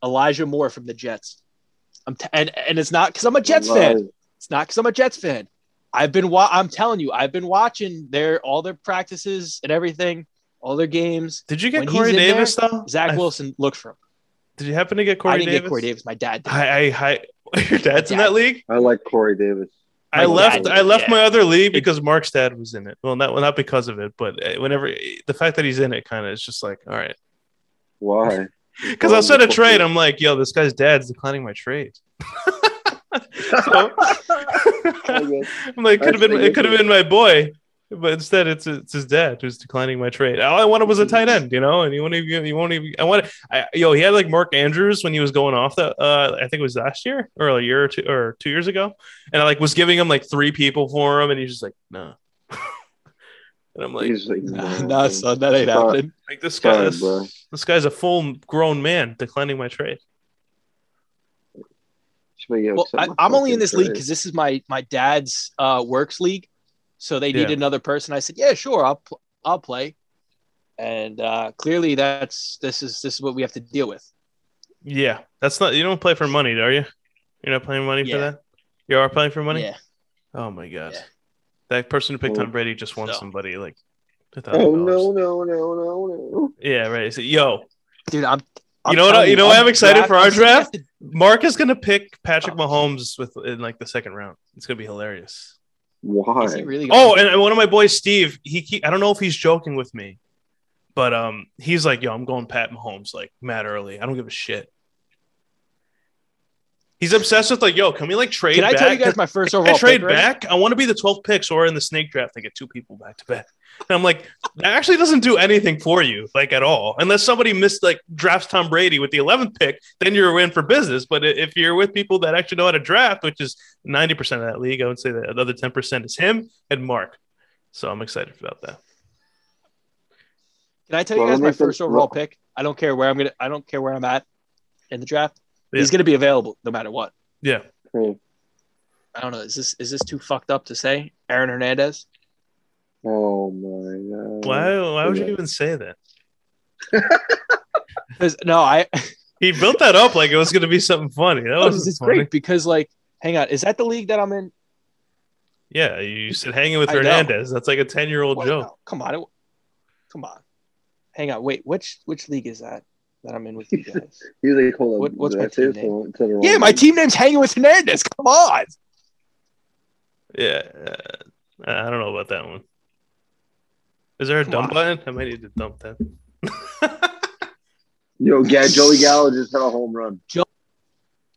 Speaker 2: Elijah Moore from the Jets. I'm t- and and it's not because I'm a Jets
Speaker 3: Love
Speaker 2: fan.
Speaker 3: it.
Speaker 2: It's not because I'm a Jets fan. I've been wa- I'm telling you, I've been watching their all their practices and everything, all their games.
Speaker 1: Did you get
Speaker 2: When he's
Speaker 1: Corey
Speaker 2: in
Speaker 1: Davis though?
Speaker 2: Zach
Speaker 1: I-
Speaker 2: Wilson looked for him.
Speaker 1: Did you happen to get Corey
Speaker 2: I didn't
Speaker 1: Davis?
Speaker 2: get Corey Davis. My dad did.
Speaker 1: I, I, I your dad's in
Speaker 2: dad.
Speaker 1: that league.
Speaker 3: I like Corey Davis.
Speaker 1: I
Speaker 2: My
Speaker 1: left.
Speaker 2: dad
Speaker 1: I left
Speaker 2: did.
Speaker 1: my other league because Mark's dad was in it. eh, Well, not well, not because of it, but uh, whenever the fact that he's in it, kind of, it's just like, all right,
Speaker 3: Why?
Speaker 1: Because I said a trade, I'm like, yo, this guy's dad's declining my trade. So- I'm like, could have been it could have been my boy, but instead it's it's his dad who's declining my trade. All I wanted was a tight end, you know. And you won't even you won't even I want I, yo he had like Mark Andrews when he was going off that uh I think it was last year or a year or two or two years ago, and I like was giving him like three people for him, and he's just like nah. and I'm like,
Speaker 3: He's like,
Speaker 2: Nah,
Speaker 3: no,
Speaker 2: nah, son, that ain't
Speaker 3: Fuck.
Speaker 2: happening.
Speaker 1: like this guy
Speaker 3: Sorry,
Speaker 1: this,
Speaker 3: bro.
Speaker 1: this guy's a full grown man declining my trade.
Speaker 3: Should we get
Speaker 2: Well,
Speaker 3: upset
Speaker 2: I,
Speaker 3: with
Speaker 2: I'm only in
Speaker 3: fucking
Speaker 2: this league
Speaker 3: trade?
Speaker 2: because this is my my dad's uh, works league, so they
Speaker 1: Yeah.
Speaker 2: needed another person. I said, yeah, sure, I'll pl- I'll play, and uh, clearly that's this is this is what we have to deal with.
Speaker 1: Yeah, that's not you don't play for money, are you? You're not playing money
Speaker 2: Yeah.
Speaker 1: for that. You are playing for money.
Speaker 2: Yeah,
Speaker 1: Oh my god.
Speaker 2: Yeah.
Speaker 1: That person who picked
Speaker 3: Oh.
Speaker 1: Tom Brady just wants
Speaker 2: So.
Speaker 1: somebody like a thousand
Speaker 3: Oh
Speaker 1: dollars.
Speaker 3: no no no no no!
Speaker 1: Yeah, right. So, yo,
Speaker 2: dude, I'm.
Speaker 1: You know what
Speaker 2: telling
Speaker 1: I- you know why I'm excited for our
Speaker 2: I'm gonna have
Speaker 1: draft?
Speaker 2: to-
Speaker 1: Mark is gonna pick Patrick
Speaker 2: Oh.
Speaker 1: Mahomes with in like the second round. It's gonna be hilarious.
Speaker 3: Why?
Speaker 2: Is he really gonna-
Speaker 1: Oh, and one of my boys, Steve, he, he I don't know if he's joking with me, but um, he's like, yo, I'm going Pat Mahomes like mad early. I don't give a shit. He's obsessed with like, yo, can we like trade?
Speaker 2: Can I
Speaker 1: back?
Speaker 2: tell you guys my first
Speaker 1: I
Speaker 2: overall
Speaker 1: trade
Speaker 2: pick, right?
Speaker 1: back. I want to be the 12th pick, so we're in the snake draft. I get two people back to back. And I'm like, that actually doesn't do anything for you, like at all. Unless somebody missed like drafts Tom Brady with the 11th pick, then you're in for business. But i- if you're with people that actually know how to draft, which is 90% of that league, I would say that another 10% is him and Mark. So I'm excited about that.
Speaker 2: Can I tell you
Speaker 3: Well,
Speaker 2: guys
Speaker 3: let
Speaker 2: my
Speaker 3: me think-
Speaker 2: first overall pick? I don't care where I'm gonna. I don't care where I'm at in the draft.
Speaker 1: Yeah.
Speaker 2: He's gonna be available no matter what.
Speaker 1: Yeah.
Speaker 3: Cool.
Speaker 2: I don't know. Is this is this too fucked up to say? Aaron Hernandez.
Speaker 3: Oh my god!
Speaker 1: Why, why would you even say that?
Speaker 2: 'Cause- No, I.
Speaker 1: He built that up like it was going to be something funny. That
Speaker 2: Oh, this
Speaker 1: was
Speaker 2: is
Speaker 1: funny.
Speaker 2: great because like, hang on, is that the league that I'm in?
Speaker 1: Yeah. You said hanging with
Speaker 2: I know.
Speaker 1: Hernandez. That's like a 10 year old
Speaker 2: Wow,
Speaker 1: joke.
Speaker 2: Come on, it- come on. Hang on, wait. Which which league is that that I'm in with you guys?
Speaker 3: He's like, hold on.
Speaker 2: What- what's
Speaker 3: did I
Speaker 2: my
Speaker 3: say
Speaker 2: team
Speaker 3: this
Speaker 2: name?
Speaker 3: wrong- said it wrong?
Speaker 2: yeah, my team name's Hanging with Hernandez. Come on.
Speaker 1: Yeah, uh, I don't know about that one. Is there a
Speaker 2: Come
Speaker 1: dump
Speaker 2: on.
Speaker 1: button? I might need to dump that.
Speaker 3: Yo, Ga- Joey Gallo just had a home run.
Speaker 2: Joey.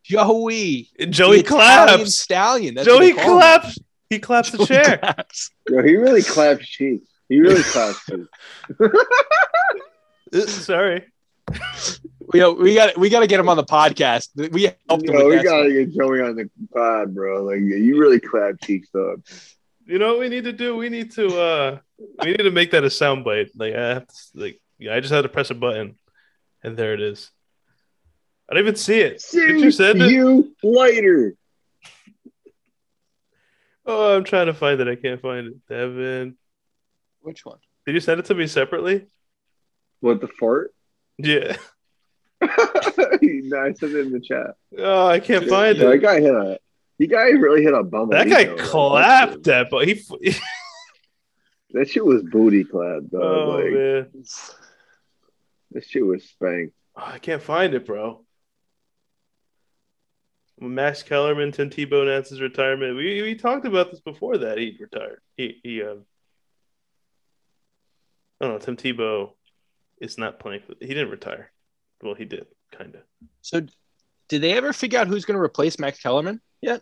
Speaker 1: Joey
Speaker 2: the Italian
Speaker 1: claps.
Speaker 2: Stallion. That's what
Speaker 1: Joey
Speaker 2: they call him.
Speaker 1: claps. He claps the
Speaker 2: Joey
Speaker 1: chair.
Speaker 2: claps.
Speaker 3: Yo, he really claps cheeks. He really claps cheeks.
Speaker 1: Uh, Sorry.
Speaker 2: Yo, we got we got to get him on the podcast. We helped him.
Speaker 3: Yo,
Speaker 2: with
Speaker 3: we
Speaker 2: that.
Speaker 3: gotta get Joey on the pod, bro. Like, yeah, you really clap cheeks, dog.
Speaker 1: You know what we need to do? We need to uh we need to make that a soundbite. Like I have to, like yeah, I just had to press a button and there it is. I didn't even see it. Did you send it?
Speaker 3: you later.
Speaker 1: Oh, I'm trying to find it. I can't find it. Devin.
Speaker 2: Which one?
Speaker 1: Did you send it to me separately?
Speaker 3: What the fart?
Speaker 1: Yeah.
Speaker 3: no, I sent it in the chat.
Speaker 1: Oh, I can't find
Speaker 3: Yo,
Speaker 1: it.
Speaker 3: that guy hit a. He guy really hit a bummer.
Speaker 1: That
Speaker 3: He
Speaker 1: guy
Speaker 3: hit a-
Speaker 1: clapped that, but he.
Speaker 3: That shit was booty clap, dog.
Speaker 1: oh
Speaker 3: like,
Speaker 1: man,
Speaker 3: that shit was spanked.
Speaker 1: Oh, I can't find it, bro. Max Kellerman, Tim Tebow announces retirement. We we talked about this before that he retired. He he um. I don't know. Tim Tebow is not playing. For, he didn't retire. Well, he did kind of.
Speaker 2: So, did they ever figure out who's going to replace Max Kellerman? Yeah.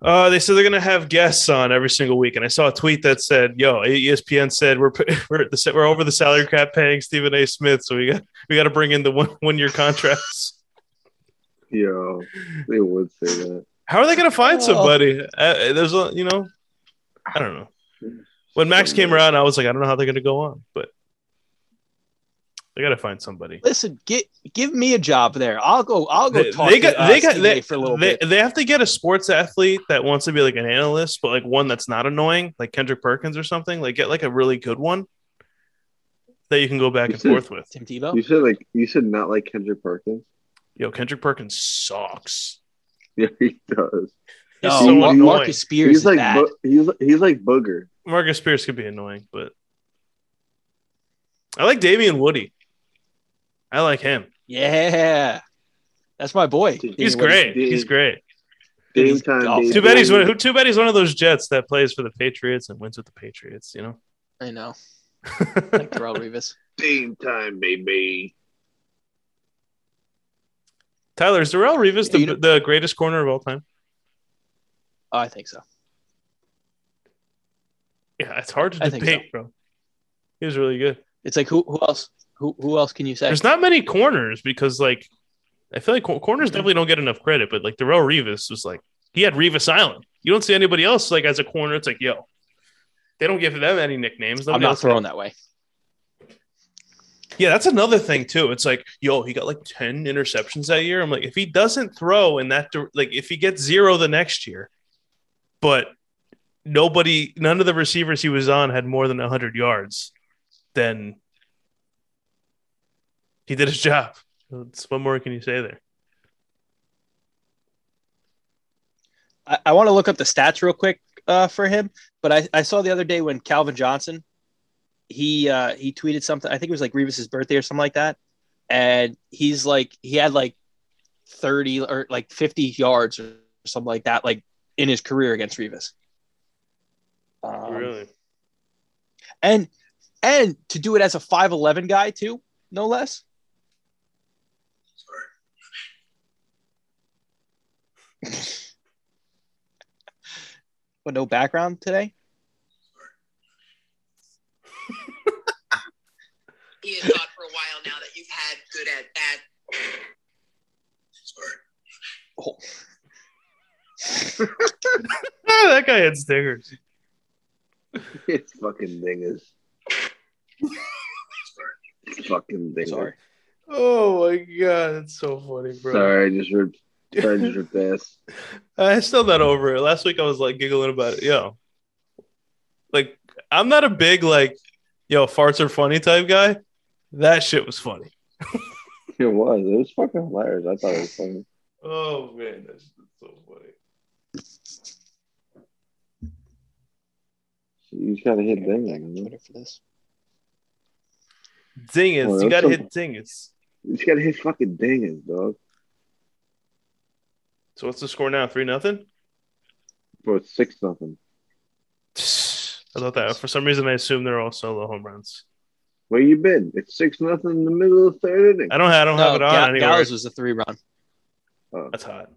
Speaker 1: Uh, they said they're gonna have guests on every single week, and I saw a tweet that said, "Yo, ESPN said we're p- we're at the, sa- we're over the salary cap paying Stephen A. Smith, so we got we got to bring in the one one year contracts."
Speaker 3: Yo, they would say that.
Speaker 1: How are they gonna find
Speaker 2: Oh.
Speaker 1: somebody? Uh, there's a you know, I don't know. When Max came around, I was like, I don't know how they're gonna go on, but they gotta find somebody.
Speaker 2: Listen, get give me a job there. I'll go. I'll go
Speaker 1: They,
Speaker 2: talk.
Speaker 1: they got
Speaker 2: to, uh,
Speaker 1: they got
Speaker 2: Steve
Speaker 1: they,
Speaker 2: A for a little
Speaker 1: they,
Speaker 2: bit.
Speaker 1: they have to get a sports athlete that wants to be like an analyst, but like one that's not annoying, like Kendrick Perkins or something. Like get like a really good one that you can go back and forth with.
Speaker 2: Tim
Speaker 3: You
Speaker 2: Tebow.
Speaker 3: said like you said not like Kendrick Perkins.
Speaker 1: Yo, Kendrick Perkins sucks.
Speaker 3: Yeah, he does.
Speaker 1: He's
Speaker 2: No,
Speaker 1: so
Speaker 2: Mar-
Speaker 1: annoying.
Speaker 2: Marcus Spears
Speaker 3: he's
Speaker 2: is
Speaker 3: like
Speaker 2: bad.
Speaker 3: bo- he's he's like booger.
Speaker 1: Marcus Spears could be annoying, but I like Damian Woody. I like him.
Speaker 2: yeah, that's my boy.
Speaker 3: He's
Speaker 1: He's
Speaker 2: Damian Williams.
Speaker 1: great. He's great.
Speaker 3: Game
Speaker 2: He's
Speaker 3: time.
Speaker 2: dumb.
Speaker 3: baby.
Speaker 1: Too bad he's one. who- Too bad he's one of those Jets that plays for the Patriots and wins with the Patriots. You know.
Speaker 2: I know. Like Darrell Revis.
Speaker 3: Game time, baby.
Speaker 1: Tyler, is Darrell Rivas
Speaker 2: Yeah, you
Speaker 1: the, the greatest corner of all time?
Speaker 2: Oh, I think so.
Speaker 1: Yeah, it's hard to
Speaker 2: I think
Speaker 1: debate, bro. He was really good.
Speaker 2: It's like who who else who who else can you say?
Speaker 1: There's not many corners because, like, I feel like cor-
Speaker 2: Mm-hmm.
Speaker 1: corners definitely don't get enough credit, but like Darrell Rivas was like, he had Rivas Island. You don't see anybody else like as a corner. It's like, yo, they don't give them any nicknames.
Speaker 2: I'm
Speaker 1: Nobody
Speaker 2: not
Speaker 1: else had-
Speaker 2: throwing that way.
Speaker 1: Yeah, that's another thing too. It's like, yo, he got like 10 interceptions that year. I'm like, if he doesn't throw in that dir- like if he gets zero the next year, but nobody none of the receivers he was on had more than 100 yards, then he did his job. That's- What more can you say there?
Speaker 2: I, I want to look up the stats real quick uh, for him, but I, I saw the other day when Calvin Johnson, he uh, he tweeted something. I think it was like Revis's birthday or something like that, and he's like he had like thirty or like fifty yards or something like that, like in his career against Revis. Um,
Speaker 1: really?
Speaker 2: And and to do it as a five eleven guy too, no less. but no background today.
Speaker 4: He had thought for a while now that you've had good at that.
Speaker 2: Oh,
Speaker 1: Ah, that guy had stickers.
Speaker 3: It's fucking dingus. It's fucking dingus. Sorry,
Speaker 2: sorry.
Speaker 1: Oh my god, that's so funny, bro.
Speaker 3: sorry I just ripped. Sorry, I just ripped ass.
Speaker 1: I Uh, still not over it. Last week I was like giggling about it. Yo, like I'm not a big like, yo, farts are funny type guy. That shit was funny.
Speaker 3: It was. It was fucking hilarious. I thought it was funny.
Speaker 1: Oh man, that's so funny.
Speaker 3: You just gotta hit dingus. You, know?
Speaker 2: for this.
Speaker 1: Dingus,
Speaker 3: Well,
Speaker 1: you
Speaker 3: that's
Speaker 1: gotta
Speaker 3: a-
Speaker 1: hit dingus.
Speaker 3: you just gotta hit fucking dingus, dog.
Speaker 1: So what's the score now? Three nothing.
Speaker 3: Bro, it's six nothing.
Speaker 1: I thought that for some reason I assumed they're all solo home runs.
Speaker 3: Where you been? It's six nothing in the middle of the third inning.
Speaker 1: I don't. I don't have
Speaker 2: No,
Speaker 1: it on
Speaker 2: Ga-
Speaker 1: anywhere.
Speaker 2: Gallows was a three round.
Speaker 3: Oh,
Speaker 1: that's hot.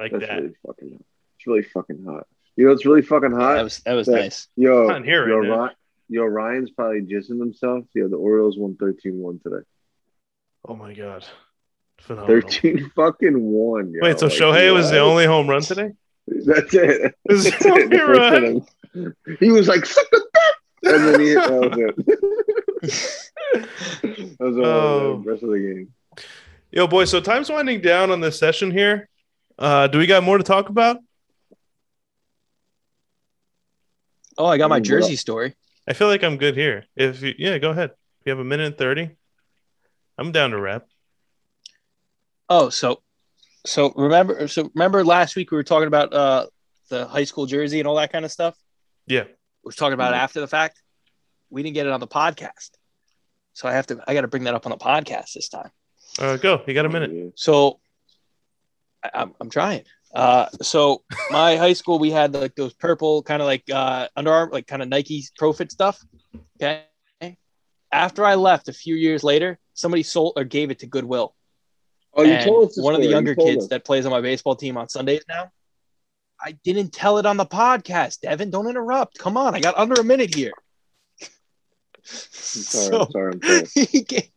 Speaker 1: Like
Speaker 3: that's
Speaker 1: that.
Speaker 3: really fucking. Hot. It's really fucking hot. You know, it's really fucking hot.
Speaker 2: That was that was
Speaker 3: Yeah.
Speaker 2: nice.
Speaker 1: I'm
Speaker 3: Yo,
Speaker 1: not here
Speaker 3: yo,
Speaker 1: right now.
Speaker 3: Ry- yo, Ryan's probably jizzing himself. Yo, the Orioles won 13-1 today.
Speaker 1: Oh my god, phenomenal.
Speaker 3: 13 fucking 1. Yo.
Speaker 1: Wait, so
Speaker 3: Like,
Speaker 1: Shohei was the
Speaker 3: what?
Speaker 1: only home run today?
Speaker 3: That's it.
Speaker 1: Is
Speaker 3: That's
Speaker 1: Shohei
Speaker 3: it. The first
Speaker 1: Ryan?
Speaker 3: inning. He was like, suck the dick! And then he, that was it. that was all
Speaker 1: Oh.
Speaker 3: the rest of the game.
Speaker 1: Yo, boy. So time's winding down on this session here. Uh, do we got more to talk about?
Speaker 2: Oh, I got my
Speaker 3: What
Speaker 2: jersey
Speaker 3: up?
Speaker 2: story.
Speaker 1: I feel like I'm good here. If you, yeah, go ahead. If you have a minute and thirty, I'm down to wrap.
Speaker 2: Oh, so so remember so remember last week we were talking about uh the high school jersey and all that kind of stuff.
Speaker 1: Yeah.
Speaker 2: we was talking about it after the fact. We didn't get it on the podcast, so I have to. I got to bring that up on the podcast this time.
Speaker 1: Uh, go. You got a minute.
Speaker 2: So I, I'm, I'm trying. Uh, so my high school, we had like those purple kind of like uh, underarm, like kind of Nike Profit stuff. Okay. After I left a few years later, somebody sold or gave it to Goodwill.
Speaker 3: Oh, you
Speaker 2: And
Speaker 3: told us this
Speaker 2: one of the
Speaker 3: story. You
Speaker 2: younger
Speaker 3: told
Speaker 2: kids
Speaker 3: us.
Speaker 2: that plays on my baseball team on Sundays now. I didn't tell it on the podcast, Devin. Don't interrupt. Come on, I got under a minute here.
Speaker 3: I'm
Speaker 2: So-
Speaker 3: sorry, I'm sorry, I'm sorry.
Speaker 2: he gave-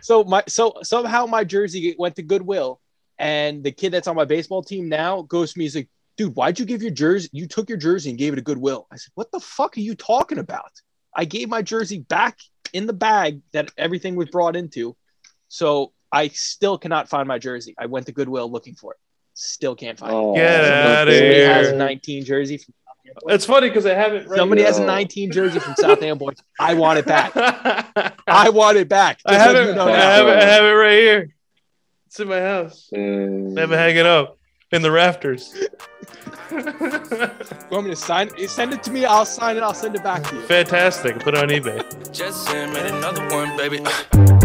Speaker 2: so my so somehow my jersey went to Goodwill, and the kid that's on my baseball team now goes to me. He's like, "Dude, why'd you give your jersey? You took your jersey and gave it to Goodwill." I said, "What the fuck are you talking about? I gave my jersey back in the bag that everything was brought into, so I still cannot find my jersey. I went to Goodwill looking for it, still can't find
Speaker 3: Oh,
Speaker 1: Get
Speaker 3: that's
Speaker 1: outta
Speaker 2: it.
Speaker 3: okay.
Speaker 2: Somebody has
Speaker 1: here.
Speaker 2: a 19 jersey. From,
Speaker 1: It's funny because I haven't.
Speaker 2: somebody has a
Speaker 3: No.
Speaker 2: 19 jersey from South Amboy. I want it back. I want it back.
Speaker 1: I
Speaker 2: Just
Speaker 1: have
Speaker 2: let
Speaker 1: it.
Speaker 2: you know
Speaker 1: I
Speaker 2: now.
Speaker 1: have it. I have it right here. It's in my house. I have it hanging up in the rafters.
Speaker 2: You want me to sign? Send it to me. I'll sign it. I'll send it back to you.
Speaker 1: Fantastic. Put it on eBay.
Speaker 5: Just send me another one, baby. Uh,